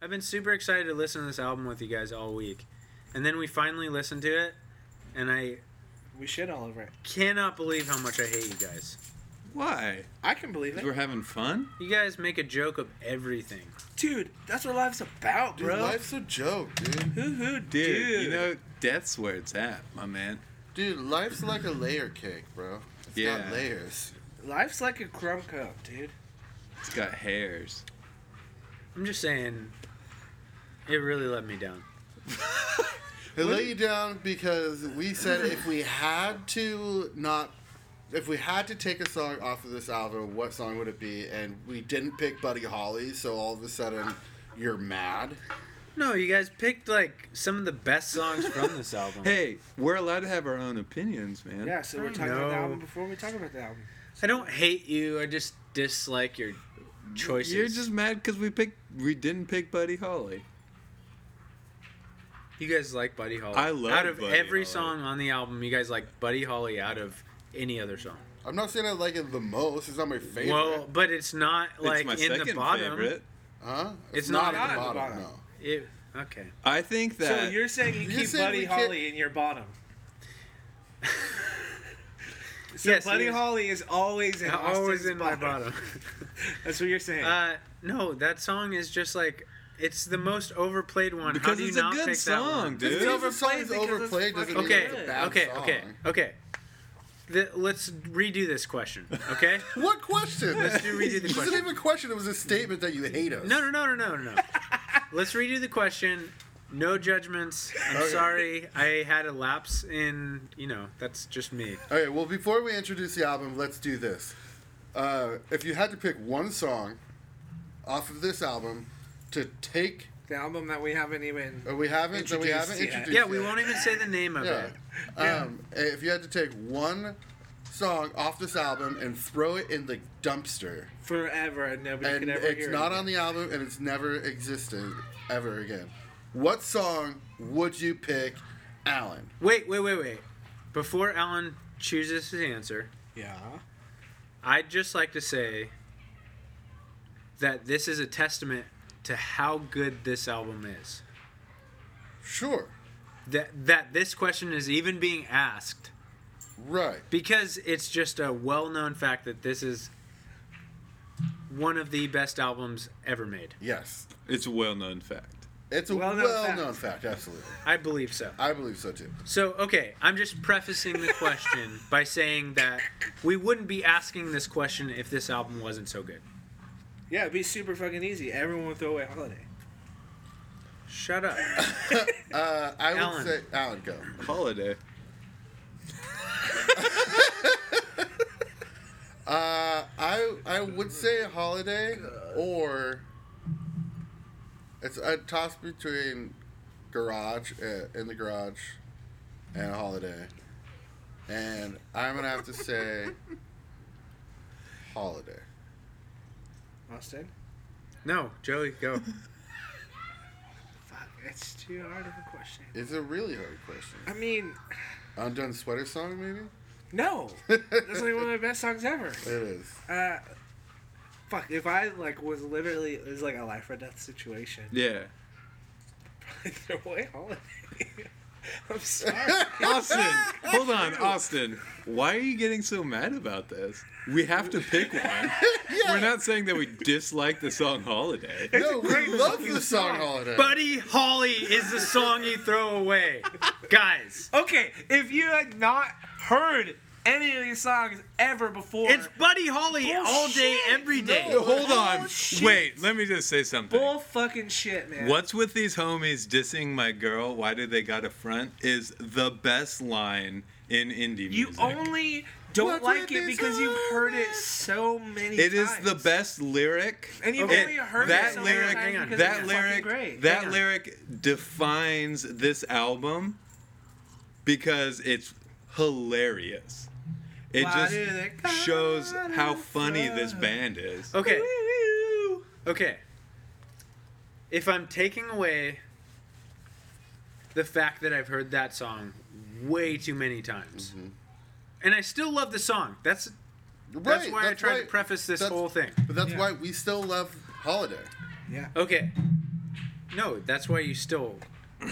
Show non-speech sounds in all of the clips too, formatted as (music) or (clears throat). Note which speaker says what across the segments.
Speaker 1: I've been super excited to listen to this album with you guys all week, and then we finally listened to it, and I
Speaker 2: We shit all over it.
Speaker 1: cannot believe how much I hate you guys.
Speaker 3: Why?
Speaker 2: I can believe
Speaker 3: 'Cause
Speaker 2: it.
Speaker 3: we're having fun?
Speaker 1: You guys make a joke of everything.
Speaker 2: Dude, that's what life's about,
Speaker 4: Dude,
Speaker 2: bro.
Speaker 4: life's a joke, dude.
Speaker 2: Hoo hoo,
Speaker 3: Dude,
Speaker 2: dude.
Speaker 3: you know, death's where it's at, my man.
Speaker 4: Dude, life's like a layer cake, bro. It's
Speaker 3: Yeah.
Speaker 4: got layers.
Speaker 2: life's like a crumb cup, dude.
Speaker 3: It's got hairs.
Speaker 1: I'm just saying, it really let me down.
Speaker 4: It let you down because we said if we had to not, if we had to take a song off of this album, what song would it be? And we didn't pick Buddy Holly, so all of a sudden you're mad.
Speaker 1: No, you guys picked like some of the best songs
Speaker 3: (laughs)
Speaker 1: from this album.
Speaker 3: Hey, we're allowed to have our own opinions, man.
Speaker 2: Yeah, so we're
Speaker 1: I
Speaker 2: talking about the
Speaker 1: know.
Speaker 2: album before we talk about the album.
Speaker 1: I don't hate you. I just dislike your choices.
Speaker 3: You're just mad because we picked, we didn't pick Buddy Holly.
Speaker 1: you guys like Buddy Holly.
Speaker 3: I love
Speaker 1: out of
Speaker 3: Buddy
Speaker 1: every
Speaker 3: Holly.
Speaker 1: song on the album. You guys like Buddy Holly out of any other song.
Speaker 4: I'm not saying I like it the most. It's not my favorite.
Speaker 1: Well, but it's not like
Speaker 3: it's my
Speaker 1: in
Speaker 3: second
Speaker 1: the bottom.
Speaker 3: favorite.
Speaker 4: huh?
Speaker 1: it's not
Speaker 2: at the bottom.
Speaker 4: No.
Speaker 1: It, okay.
Speaker 3: I think
Speaker 2: So
Speaker 3: that
Speaker 2: you're saying you
Speaker 4: You're
Speaker 2: keep
Speaker 4: saying
Speaker 2: Buddy
Speaker 4: we can't-
Speaker 2: Holly in your
Speaker 4: (laughs)
Speaker 2: bottom. so
Speaker 1: Yes,
Speaker 2: Buddy
Speaker 1: he is.
Speaker 2: Holly is always in
Speaker 1: Always
Speaker 2: Austin's
Speaker 1: in my
Speaker 2: bottom.
Speaker 4: (laughs)
Speaker 1: bottom.
Speaker 2: That's what you're saying.
Speaker 1: uh, no, that song is just like it's the most overplayed one. How
Speaker 3: because
Speaker 1: do you
Speaker 3: it's
Speaker 1: not
Speaker 3: a good
Speaker 1: pick that one?
Speaker 3: song,
Speaker 4: Dude,
Speaker 3: dude.
Speaker 4: if a song
Speaker 2: overplayed
Speaker 4: is
Speaker 2: because it's
Speaker 4: overplayed doesn't
Speaker 2: fucking
Speaker 4: mean
Speaker 1: Okay,
Speaker 4: it's a
Speaker 2: good.
Speaker 4: bad
Speaker 1: okay,
Speaker 4: song.
Speaker 1: okay, okay. The, let's redo this question, okay?
Speaker 4: What question?
Speaker 1: Let's do-
Speaker 4: (laughs)
Speaker 1: redo the
Speaker 4: This
Speaker 1: question.
Speaker 4: isn't even a question. It was a statement that you hate us.
Speaker 1: No, no, no, no, no,
Speaker 4: (laughs)
Speaker 1: no. Let's redo the question. No judgments. I'm
Speaker 4: Okay.
Speaker 1: sorry. I had a lapse in, you know, that's just me.
Speaker 4: All right. Well, before we introduce the album, let's do this. Uh, if you had to pick one song off of this album to take,
Speaker 2: the album that we haven't even.
Speaker 4: uh, we haven't, that we
Speaker 2: Introduced
Speaker 4: haven't
Speaker 2: yet.
Speaker 4: introduced.
Speaker 1: Yeah, we
Speaker 4: yet.
Speaker 1: won't even say the name of
Speaker 4: Yeah.
Speaker 1: it.
Speaker 4: Um, if you had to take one song off this album and throw it in the dumpster,
Speaker 2: Forever and nobody
Speaker 4: and
Speaker 2: could ever
Speaker 4: it's
Speaker 2: hear
Speaker 4: not
Speaker 2: it.
Speaker 4: on the album and it's never existed ever again, what song would you pick, Alan?
Speaker 1: Wait, wait, wait, wait. Before Alan chooses his answer,
Speaker 2: Yeah.
Speaker 1: I'd just like to say that this is a testament to how good this album is.
Speaker 4: Sure.
Speaker 1: That that this question is even being asked
Speaker 4: Right.
Speaker 1: because it's just a well-known fact that this is one of the best albums ever made.
Speaker 4: Yes.
Speaker 3: It's a well-known fact.
Speaker 4: It's a well
Speaker 2: Well-known
Speaker 4: known
Speaker 2: fact.
Speaker 4: fact. Absolutely.
Speaker 1: I believe so.
Speaker 4: I believe so too.
Speaker 1: So, okay, I'm just prefacing the question by saying that we wouldn't be asking this question if this album wasn't so good.
Speaker 2: Yeah, it'd be super fucking easy. Everyone would throw away Holiday.
Speaker 1: Shut up.
Speaker 4: Uh, I
Speaker 1: Alan.
Speaker 4: would say Alan go.
Speaker 3: Holiday.
Speaker 4: Uh, I I would say holiday or it's a toss between garage uh, in the garage and holiday, and I'm gonna have to say holiday.
Speaker 2: Austin?
Speaker 1: No, Joey, go.
Speaker 2: Fuck, it's too hard of a question.
Speaker 4: It's a really hard question.
Speaker 2: I mean,
Speaker 4: Undone sweater song maybe.
Speaker 2: no. That's like one of the best songs ever.
Speaker 4: It is.
Speaker 2: Uh, fuck, if I, like, was literally, it was like a life or death situation.
Speaker 3: Yeah.
Speaker 2: (laughs) throw away Holiday. (laughs) I'm sorry.
Speaker 3: Austin, hold on, Austin. Why are you getting so mad about this? We have to pick one. We're not saying that we dislike the song "Holiday."
Speaker 4: No, we love the song holiday.
Speaker 1: Buddy Holly is the song you throw away. Guys,
Speaker 2: Okay, if you had not heard any of these songs ever before,
Speaker 1: it's Buddy Holly all day,
Speaker 2: Bullshit.
Speaker 1: every day.
Speaker 4: No.
Speaker 3: Hold on.
Speaker 2: shit.
Speaker 3: Wait, let me just say something.
Speaker 2: bull fucking shit, man.
Speaker 3: What's with these homies dissing my girl? Why do they got a front? Is the best line in indie
Speaker 2: You
Speaker 3: music.
Speaker 2: only don't
Speaker 4: What's
Speaker 2: like
Speaker 4: with
Speaker 2: it
Speaker 4: these
Speaker 2: because you've heard it
Speaker 4: homies?
Speaker 2: so many
Speaker 3: It is
Speaker 2: times.
Speaker 3: the best lyric.
Speaker 2: And you've
Speaker 1: Okay.
Speaker 2: only heard it
Speaker 3: that
Speaker 2: so many
Speaker 3: lyric,
Speaker 2: times
Speaker 1: hang on.
Speaker 2: because it's
Speaker 3: that
Speaker 2: fucking
Speaker 3: lyric,
Speaker 2: great.
Speaker 3: that
Speaker 2: Hang on.
Speaker 3: lyric defines this album because it's hilarious. It
Speaker 2: Why do
Speaker 3: just
Speaker 2: they call
Speaker 3: shows
Speaker 2: it
Speaker 3: how
Speaker 2: a
Speaker 3: funny
Speaker 2: front?
Speaker 3: this band is.
Speaker 1: Okay,
Speaker 2: Woo-woo.
Speaker 1: okay. If I'm taking away the fact that I've heard that song way too many times, and I still love the song, that's that's why I tried to
Speaker 4: why-
Speaker 1: preface this
Speaker 4: that's-
Speaker 1: whole thing.
Speaker 4: But that's
Speaker 2: Yeah.
Speaker 4: why we still love holiday.
Speaker 2: Yeah.
Speaker 1: Okay. No, that's why you still.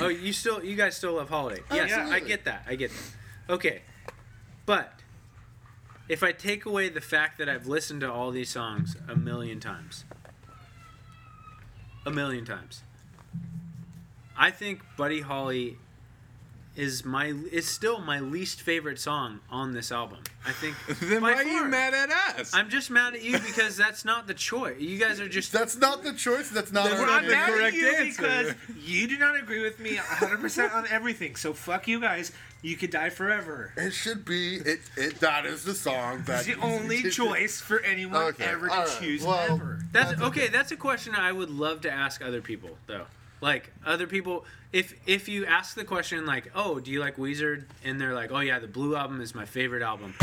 Speaker 1: Oh, you still. You guys still love Holiday. Yes, I
Speaker 4: Absolutely.
Speaker 1: get that. I get that. Okay, but if I take away the fact that I've listened to all these songs a million times, a million times, I think Buddy Holly is my is still my least favorite song on this album. I think.
Speaker 3: (laughs) Then
Speaker 1: by
Speaker 3: why are you
Speaker 1: far.
Speaker 3: mad at us?
Speaker 1: I'm just mad at you because that's not the choice. You guys are just
Speaker 4: That's not the choice. That's not
Speaker 3: That's
Speaker 4: our
Speaker 3: not
Speaker 2: I'm
Speaker 3: the
Speaker 4: opinion.
Speaker 2: mad
Speaker 3: correct
Speaker 2: at you
Speaker 3: answer.
Speaker 2: because you do not agree with me 100% on everything. So fuck you guys. You could die forever.
Speaker 4: It should be. It, it. That is the song. That
Speaker 2: It's the only
Speaker 4: (laughs)
Speaker 2: choice for anyone
Speaker 4: Okay,
Speaker 2: ever to
Speaker 4: all right,
Speaker 2: choose
Speaker 4: well-
Speaker 2: ever.
Speaker 1: That's
Speaker 4: That's
Speaker 1: okay. That's a question I would love to ask other people, though. Like other people, if if you ask the question like, "Oh, do you like Weezer?" and they're like, "Oh yeah, the Blue album is my favorite album,"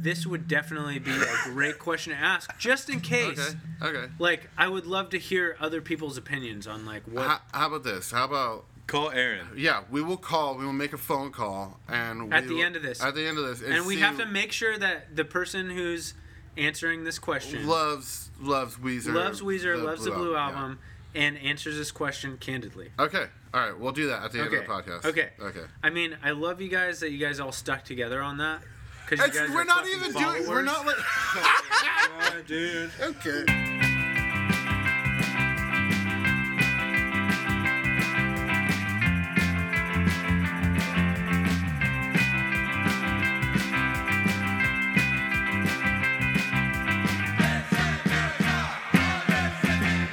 Speaker 1: this would definitely be a great question to ask, just in case.
Speaker 4: Okay. Okay.
Speaker 1: Like, I would love to hear other people's opinions on like what.
Speaker 4: How, how about this? How about
Speaker 3: Call Aaron.
Speaker 4: yeah? We will call. We will make a phone call, and we
Speaker 1: At the
Speaker 4: will-
Speaker 1: end of this.
Speaker 4: At the end of this,
Speaker 1: and we
Speaker 4: see
Speaker 1: have to make sure that the person who's answering this question
Speaker 4: loves loves Weezer.
Speaker 1: loves Weezer, loves the Blue
Speaker 4: yeah.
Speaker 1: album, and answers this question candidly.
Speaker 4: Okay. All right. We'll do that at the end of
Speaker 1: Okay.
Speaker 4: the podcast.
Speaker 1: Okay.
Speaker 4: Okay.
Speaker 1: I mean, I love you guys that you guys all stuck together on that. Cause you
Speaker 4: It's,
Speaker 1: guys
Speaker 4: we're
Speaker 1: are
Speaker 4: not
Speaker 1: fucking
Speaker 4: even doing. We're
Speaker 1: followers.
Speaker 4: not
Speaker 2: (laughs)
Speaker 4: like.
Speaker 2: dude.
Speaker 4: (laughs) okay.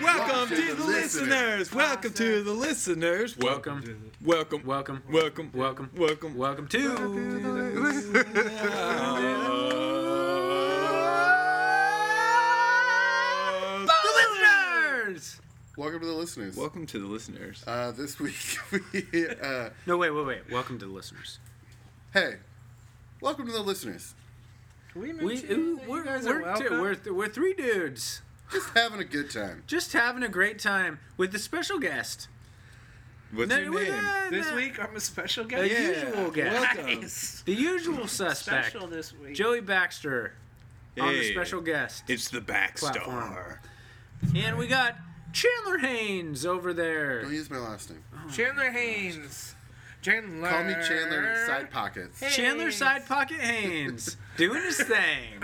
Speaker 3: Welcome to the listeners. Welcome to the listeners.
Speaker 1: Welcome.
Speaker 3: Welcome.
Speaker 1: Welcome.
Speaker 3: Welcome.
Speaker 1: Welcome.
Speaker 3: Welcome.
Speaker 1: Welcome to. The listeners.
Speaker 4: Welcome to the listeners.
Speaker 3: Welcome to the listeners.
Speaker 4: Uh, this week (laughs) we uh,
Speaker 1: No, wait, wait, wait. Welcome to the listeners.
Speaker 4: hey, welcome to the listeners.
Speaker 2: Can we
Speaker 1: We,
Speaker 2: mention
Speaker 1: ooh,
Speaker 2: that you
Speaker 1: we're,
Speaker 2: guys
Speaker 1: we're,
Speaker 2: are
Speaker 1: two,
Speaker 2: welcome?
Speaker 1: we're, th- we're three dudes
Speaker 4: Just having a good time.
Speaker 1: just having a great time with the special guest.
Speaker 3: What's
Speaker 1: No,
Speaker 3: your
Speaker 1: we're
Speaker 3: name?
Speaker 1: not-
Speaker 2: This
Speaker 1: not-
Speaker 2: week I'm a special
Speaker 1: The
Speaker 2: guest.
Speaker 1: usual guest.
Speaker 2: (laughs)
Speaker 3: Welcome.
Speaker 2: Nice.
Speaker 1: The usual suspect.
Speaker 2: Special this week.
Speaker 1: Joey Baxter on the
Speaker 3: Hey.
Speaker 1: special guest.
Speaker 3: It's the
Speaker 1: Platform.
Speaker 3: Backstar.
Speaker 1: And we got Chandler Haynes over
Speaker 4: Don't
Speaker 1: there.
Speaker 4: use my last name.
Speaker 2: Oh Chandler Haynes. Chandler.
Speaker 4: Call me Chandler Side Pockets.
Speaker 2: Hey.
Speaker 1: Chandler
Speaker 2: Haynes.
Speaker 1: Side Pocket Haynes doing his thing.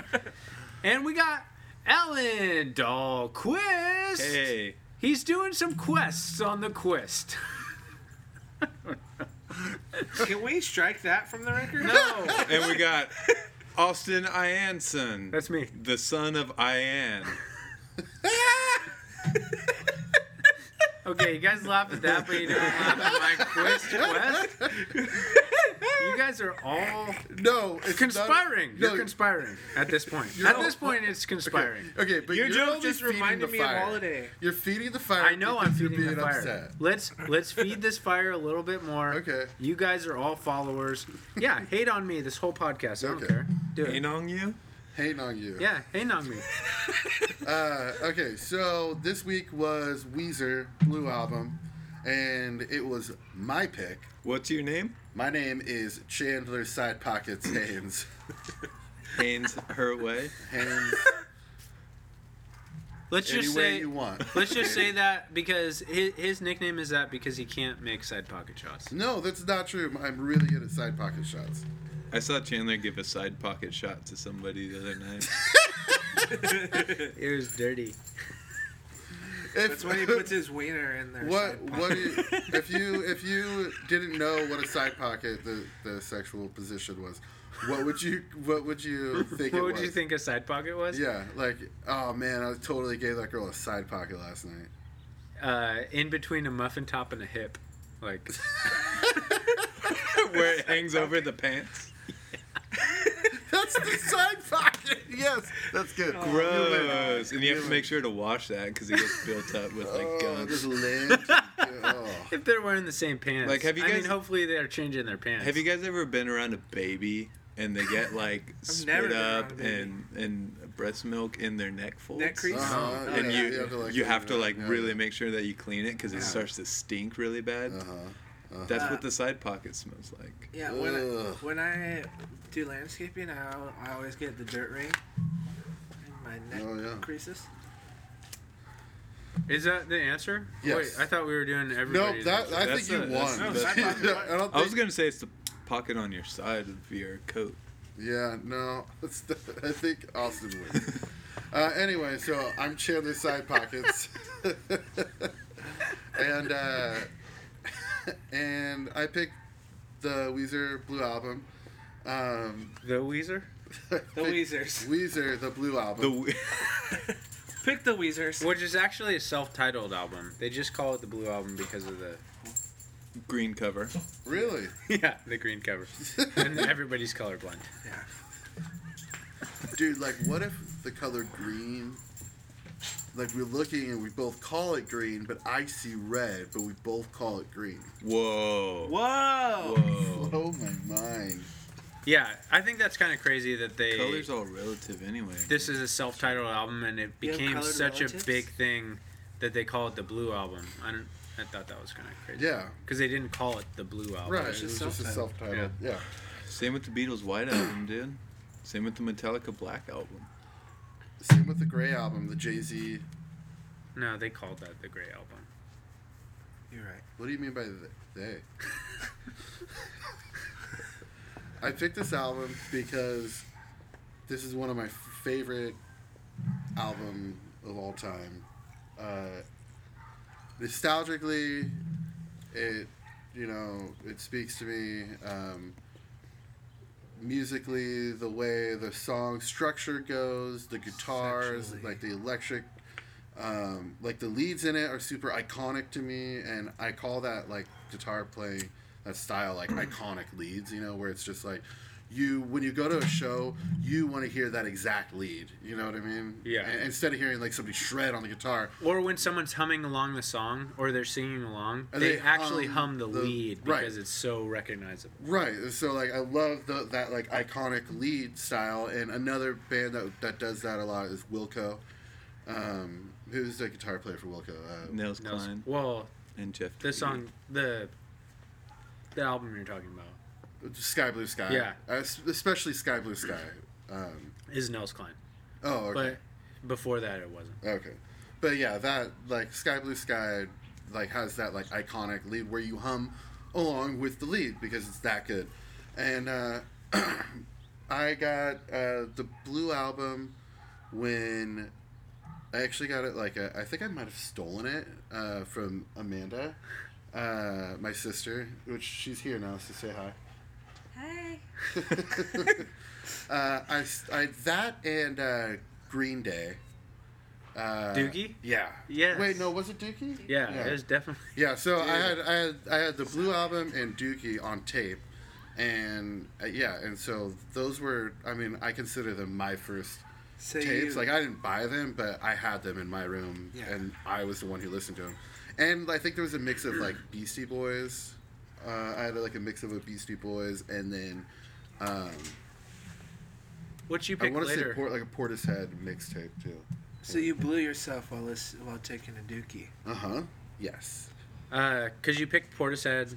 Speaker 1: And we got Alan Dahlquist.
Speaker 3: Hey.
Speaker 1: He's doing some quests on the quest.
Speaker 2: Can we strike that from the record?
Speaker 1: No,
Speaker 3: And we (laughs) got Austin Ianson.
Speaker 1: that's me.
Speaker 3: the son of Ian.
Speaker 1: Okay, you guys laugh at that, but you don't laugh at my quest quest. You guys are all
Speaker 4: No, it's
Speaker 1: conspiring.
Speaker 4: Not, no,
Speaker 1: You're conspiring at this point.
Speaker 4: You're
Speaker 1: At
Speaker 4: all-
Speaker 1: this point, it's conspiring.
Speaker 4: Okay, but
Speaker 2: Your
Speaker 4: you're
Speaker 2: joke
Speaker 4: only
Speaker 2: just
Speaker 4: feeding
Speaker 2: reminded
Speaker 4: the
Speaker 2: me of
Speaker 4: fire.
Speaker 2: Holiday.
Speaker 4: You're feeding the fire.
Speaker 1: I
Speaker 4: (laughs)
Speaker 1: know I'm
Speaker 4: because you're
Speaker 1: feeding the
Speaker 4: being
Speaker 1: fire.
Speaker 4: upset.
Speaker 1: Let's let's feed this fire a little bit more.
Speaker 4: Okay.
Speaker 1: You guys are all followers. Yeah, hate on me this whole podcast. I don't
Speaker 4: Okay.
Speaker 1: care. Do it.
Speaker 3: Ain't on you?
Speaker 4: Hating on you.
Speaker 1: yeah, hate on me.
Speaker 4: Uh, okay, so this week was Weezer Blue album, and it was my pick.
Speaker 3: What's your name?
Speaker 4: My name is Chandler Side
Speaker 2: (coughs)
Speaker 4: Pockets Haynes.
Speaker 3: Haynes Hertway.
Speaker 4: Haynes,
Speaker 1: Let's
Speaker 4: any
Speaker 1: just
Speaker 4: way
Speaker 1: say
Speaker 4: you want.
Speaker 1: let's just say that because his, his nickname is that because he can't make side pocket shots.
Speaker 4: No, that's not true. I'm really good at side pocket shots.
Speaker 3: I saw Chandler give a side pocket shot to somebody the other night.
Speaker 1: It was dirty.
Speaker 4: If,
Speaker 2: That's when he
Speaker 4: (laughs)
Speaker 2: puts his wiener in there.
Speaker 4: what what i-
Speaker 1: (laughs)
Speaker 4: if you if you didn't know what a side pocket the, the sexual position was, what would you what would you think
Speaker 1: What
Speaker 4: it
Speaker 1: would
Speaker 4: was?
Speaker 1: you think a side pocket was?
Speaker 4: Yeah, like oh man, I totally gave that girl a side pocket last night.
Speaker 1: Uh, in between a muffin top and a hip, like (laughs)
Speaker 3: Where it hangs over the pants.
Speaker 4: That's the side pocket. Yes, that's good.
Speaker 1: Oh,
Speaker 3: Gross. And you have to make sure to wash that because it gets built up with like
Speaker 4: Oh,
Speaker 3: gunk. (laughs)
Speaker 4: just lint. Oh.
Speaker 1: if they're wearing the same pants.
Speaker 3: Like, have you
Speaker 1: I mean,
Speaker 3: guys-
Speaker 1: hopefully they're changing their pants.
Speaker 3: Have you guys ever been around a baby and they get like
Speaker 2: never
Speaker 3: spit
Speaker 2: been around
Speaker 3: up
Speaker 2: a baby.
Speaker 3: and and breast milk in their neck folds?
Speaker 2: Neck crease?
Speaker 4: Uh-huh,
Speaker 3: And
Speaker 4: yeah,
Speaker 3: you you have to like,
Speaker 4: yeah.
Speaker 3: really make sure that you clean it because it starts to stink really bad.
Speaker 4: Uh-huh.
Speaker 3: That's what the side pocket smells like.
Speaker 2: Yeah, when I,
Speaker 4: Ugh.
Speaker 2: when I do landscaping, I, al- I always get the dirt ring in my neck
Speaker 4: Oh, yeah.
Speaker 2: creases.
Speaker 1: Is that the answer?
Speaker 4: Yes.
Speaker 1: Wait, I thought we were doing
Speaker 4: No,
Speaker 1: everybody's.
Speaker 4: that
Speaker 1: answer.
Speaker 4: I
Speaker 3: That's
Speaker 4: think you
Speaker 3: a- that's-
Speaker 4: won.
Speaker 2: No, that's-
Speaker 4: (laughs) I don't think,
Speaker 3: I was gonna say it's the pocket on your side of your coat.
Speaker 4: Yeah, no, (laughs) it's the, I think Austin wins. uh, anyway, so I'm Chandler Side Pockets, (laughs) and uh, and I picked the Weezer Blue Album. Um,
Speaker 1: the Weezer.
Speaker 4: the
Speaker 2: The Weezers.
Speaker 4: Weezer, the Blue Album.
Speaker 3: The w- (laughs)
Speaker 2: Pick the Weezers.
Speaker 1: Which is actually a self-titled album. They just call it the Blue Album because of the
Speaker 3: green cover.
Speaker 4: really?
Speaker 1: yeah (laughs) the green cover, and everybody's colorblind.
Speaker 2: Yeah.
Speaker 4: Dude, like, what if the color green? Like we're looking and we both call it green, but I see red, but we both call it green.
Speaker 3: Whoa.
Speaker 2: Whoa.
Speaker 3: Whoa.
Speaker 4: Oh my mind!
Speaker 1: Yeah, I think that's kind of crazy that they.
Speaker 3: Color's all relative anyway.
Speaker 1: this is a self-titled album, and it
Speaker 2: You have
Speaker 1: became
Speaker 2: colored
Speaker 1: such
Speaker 2: relatives?
Speaker 1: a big thing that they call it the Blue Album. I don't. I thought that was kind of crazy.
Speaker 4: Yeah,
Speaker 1: Because they didn't call it the Blue Album.
Speaker 4: right. It
Speaker 2: was
Speaker 4: was just,
Speaker 2: just
Speaker 4: a
Speaker 2: self-titled.
Speaker 4: self-titled. yeah.
Speaker 3: Same with the Beatles' White Album, dude. Same with the Metallica Black Album.
Speaker 4: Same with the Gray album, the Jay Z.
Speaker 1: No, they called that the Gray Album.
Speaker 2: You're right.
Speaker 4: What do you mean by th- they? I picked this album because this is one of my favorite album of all time. Uh, nostalgically, it you know it speaks to me. Um, musically, the way the song structure goes, the guitars,
Speaker 2: Sexually.
Speaker 4: like the electric um, like the leads in it are super iconic to me, and I call that like guitar playing that
Speaker 1: (clears throat)
Speaker 4: style like iconic leads. You know, where it's just like you when you go to a show, you want to hear that exact lead. You know what I mean?
Speaker 1: Yeah.
Speaker 4: And instead of hearing like somebody shred on the guitar,
Speaker 1: Or when someone's humming along the song or they're singing along,
Speaker 4: And
Speaker 1: they,
Speaker 4: they
Speaker 1: actually hum
Speaker 4: hum
Speaker 1: the,
Speaker 4: the-
Speaker 1: lead
Speaker 4: right.
Speaker 1: because it's so recognizable.
Speaker 4: Right. and So like I love the, that like iconic lead style, and another band that that does that a lot is Wilco. Um, who's the guitar player for Wilco? Uh,
Speaker 3: Nels
Speaker 1: No,
Speaker 3: Klein
Speaker 1: well,
Speaker 3: and Jeff.
Speaker 1: the
Speaker 3: Tweedy.
Speaker 1: song, the the album you're talking about
Speaker 4: Sky Blue Sky.
Speaker 1: Yeah.
Speaker 4: Uh, es- especially Sky Blue Sky. Um,
Speaker 1: is Nels Klein,
Speaker 4: oh, okay.
Speaker 1: but before that it wasn't.
Speaker 4: Okay. But yeah, that like Sky Blue Sky like has that like iconic lead where you hum along with the lead because it's that good. And uh (clears throat) I got uh the blue album when I actually got it like uh, I think I might have stolen it uh from Amanda, uh my sister, which she's here now so say hi.
Speaker 5: Hey.
Speaker 4: Uh I, s- I- that and uh Green Day. Uh,
Speaker 1: Doogie?
Speaker 4: Yeah.
Speaker 1: Yes.
Speaker 4: Wait, no, was it Dookie?
Speaker 1: Yeah,
Speaker 4: Yeah.
Speaker 1: it was definitely. (laughs)
Speaker 4: Yeah, so I had I had I had the blue album and Dookie on tape, and uh, yeah, and so those were I mean I consider them my first
Speaker 2: So
Speaker 4: tapes.
Speaker 2: you-
Speaker 4: Like I didn't buy them, but I had them in my room,
Speaker 2: Yeah.
Speaker 4: and I was the one who listened to them. And I think there was a mix of like Beastie Boys. Uh, I had like a mix of a Beastie Boys and then um,
Speaker 1: What you
Speaker 4: I
Speaker 1: picked
Speaker 4: want to say
Speaker 1: later?
Speaker 4: port, like a Portishead mixtape too.
Speaker 2: So you blew yourself while lis- while taking a dookie.
Speaker 4: Uh huh. Yes.
Speaker 1: Uh, cause you picked Portishead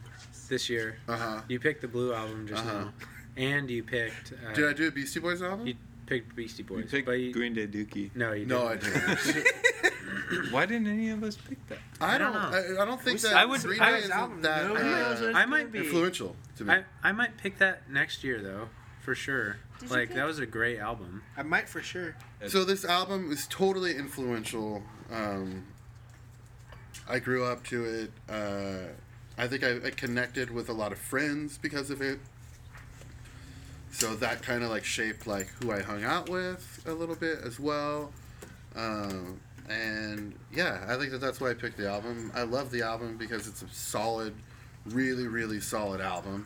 Speaker 1: this year.
Speaker 4: Uh huh.
Speaker 1: You picked the Blue album just
Speaker 4: Uh-huh.
Speaker 1: now, and you picked. Uh,
Speaker 4: Did I do a Beastie Boys album?
Speaker 1: You picked Beastie
Speaker 3: You
Speaker 1: Boys,
Speaker 3: picked
Speaker 1: but you,
Speaker 3: Green
Speaker 1: (clears throat)
Speaker 3: Day Dookie.
Speaker 1: no, you
Speaker 4: no, I
Speaker 1: didn't.
Speaker 4: didn't.
Speaker 3: Why didn't any of us pick that?
Speaker 4: I
Speaker 1: I
Speaker 4: don't.
Speaker 1: don't
Speaker 4: I, I don't think
Speaker 2: We
Speaker 4: that
Speaker 2: I would-
Speaker 4: Green
Speaker 2: I
Speaker 4: Day
Speaker 2: was
Speaker 4: is
Speaker 2: out-
Speaker 4: that
Speaker 2: nobody knows
Speaker 4: uh,
Speaker 2: what
Speaker 1: I might
Speaker 2: be.
Speaker 4: influential to me.
Speaker 1: I, (laughs) I might pick that next year though, for sure.
Speaker 5: Did you
Speaker 1: like that
Speaker 5: pick-
Speaker 1: was a great album.
Speaker 2: I might for sure.
Speaker 4: so this album is totally influential. Um, I grew up to it. Uh, I think I, I connected with a lot of friends because of it. So that kind of like shaped like who I hung out with a little bit as well. Um, and yeah, I think that that's why I picked the album. I love the album because it's a solid, really, really solid album.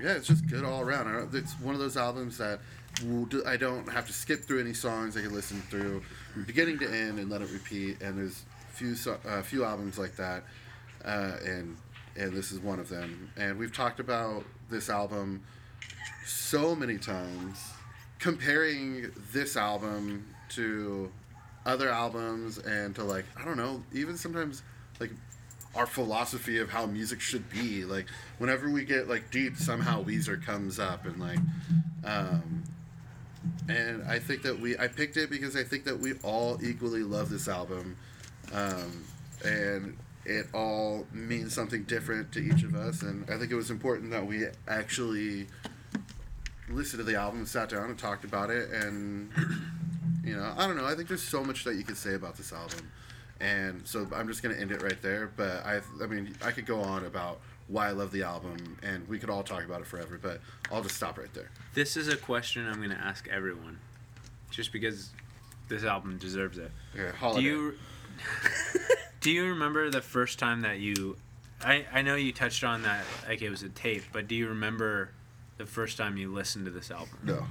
Speaker 4: Yeah, it's just good all around. I don't, it's one of those albums that will do- I don't have to skip through any songs. I can listen through from beginning to end and let it repeat. And there's few so, uh, few albums like that, uh, and and this is one of them. And we've talked about this album so many times comparing this album to other albums and to like I don't know even sometimes like our philosophy of how music should be like whenever we get like deep somehow Weezer comes up and like um and I think that we I picked it because I think that we all equally love this album um and it all means something different to each of us. And I think it was important that we actually listened to the album, sat down, and talked about it. And you know, I don't know. I think there's so much that you could say about this album, and so I'm just gonna end it right there. But I, I mean, I could go on about why I love the album, and we could all talk about it forever. But I'll just stop right there.
Speaker 1: This is a question I'm going to ask everyone, just because this album deserves it.
Speaker 4: Okay,
Speaker 1: Do
Speaker 4: holiday.
Speaker 1: you do you remember the first time that you? I I know you touched on that like it was a tape, but do you remember the first time you listened to this album?
Speaker 4: No.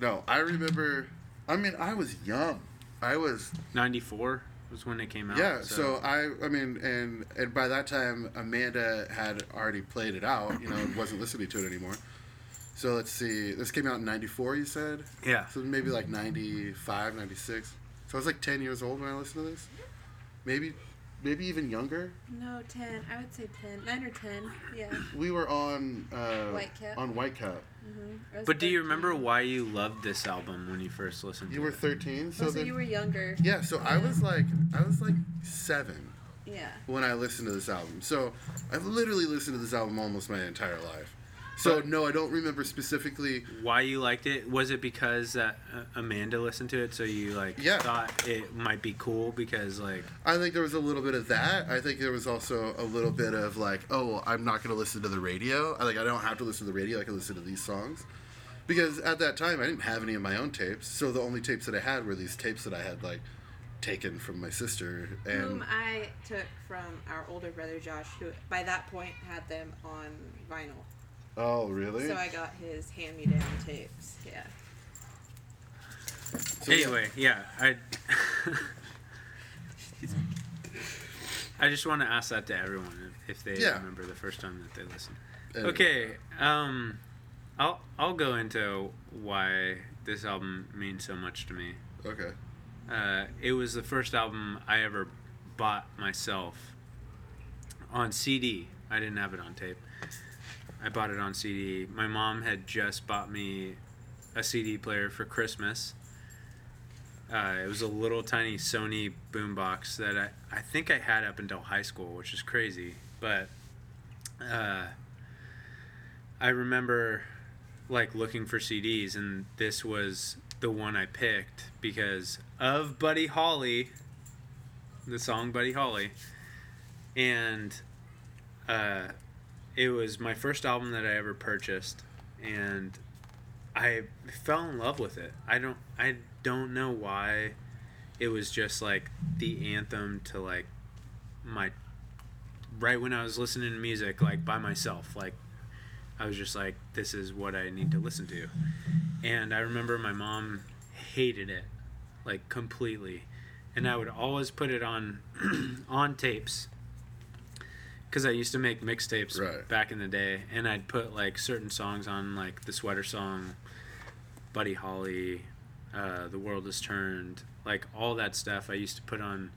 Speaker 4: No, I remember. I mean, I was young. I was
Speaker 1: '94 was when it came out.
Speaker 4: yeah. So I, I mean, and and by that time, Amanda had already played it out. You know, and wasn't listening to it anymore. So let's see. This came out in '94. You said.
Speaker 1: yeah,
Speaker 4: So maybe like 95, 96. So I was like 10 years old when I listened to this. Maybe, maybe even younger.
Speaker 5: No, ten. I would say ten. Nine or ten. Yeah.
Speaker 4: We were on uh,
Speaker 5: White Cat.
Speaker 4: On White Cat.
Speaker 5: hmm
Speaker 1: but do you remember why you loved this album when you first listened?
Speaker 4: You
Speaker 1: to
Speaker 4: were
Speaker 1: it?
Speaker 4: 13. So,
Speaker 5: Oh, So,
Speaker 4: then,
Speaker 5: you were younger.
Speaker 4: yeah. So I was like, I was like seven.
Speaker 5: Yeah.
Speaker 4: when I listened to this album. So I've literally listened to this album almost my entire life. So
Speaker 1: But-
Speaker 4: no, I don't remember specifically.
Speaker 1: why you liked it was it because that uh, amanda listened to it so you like
Speaker 4: Yeah.
Speaker 1: thought it might be cool because like
Speaker 4: I think there was a little bit of that. I think there was also a little bit of like, oh, well, I'm not going to listen to the radio. I like I don't have to listen to the radio. I can listen to these songs. Because at that time I didn't have any of my own tapes. So the only tapes that I had were these tapes that I had like taken from my sister and
Speaker 5: Whom I took from our older brother Josh, who by that point had them on vinyl.
Speaker 4: Oh, really?
Speaker 5: So I got his hand-me-down tapes. Yeah.
Speaker 4: So, yeah.
Speaker 1: anyway yeah i (laughs) i just want to ask that to everyone if if they
Speaker 4: Yeah.
Speaker 1: remember the first time that they listened
Speaker 4: Anyway.
Speaker 1: okay um i'll i'll go into why this album means so much to me
Speaker 4: Okay.
Speaker 1: uh, it was the first album I ever bought myself on CD. I didn't have it on tape. I bought it on CD. My mom had just bought me a CD player for Christmas. Uh, it was a little tiny Sony boombox that I, I think I had up until high school, which is crazy. But uh, I remember like looking for CDs, and this was the one I picked because of Buddy Holly, the song Buddy Holly, and uh, it was my first album that I ever purchased, and I fell in love with it. I don't I don't know why. It was just like the anthem to like my right when I was listening to music like by myself like I was just like, this is what I need to listen to. And I remember my mom hated it, like completely. And I would always put it on (clears throat) on tapes because I used to make mixtapes
Speaker 4: Right.
Speaker 1: back in the day, and I'd put like certain songs on, like the sweater song, Buddy Holly, uh, the world is turned, like all that stuff. I used to put on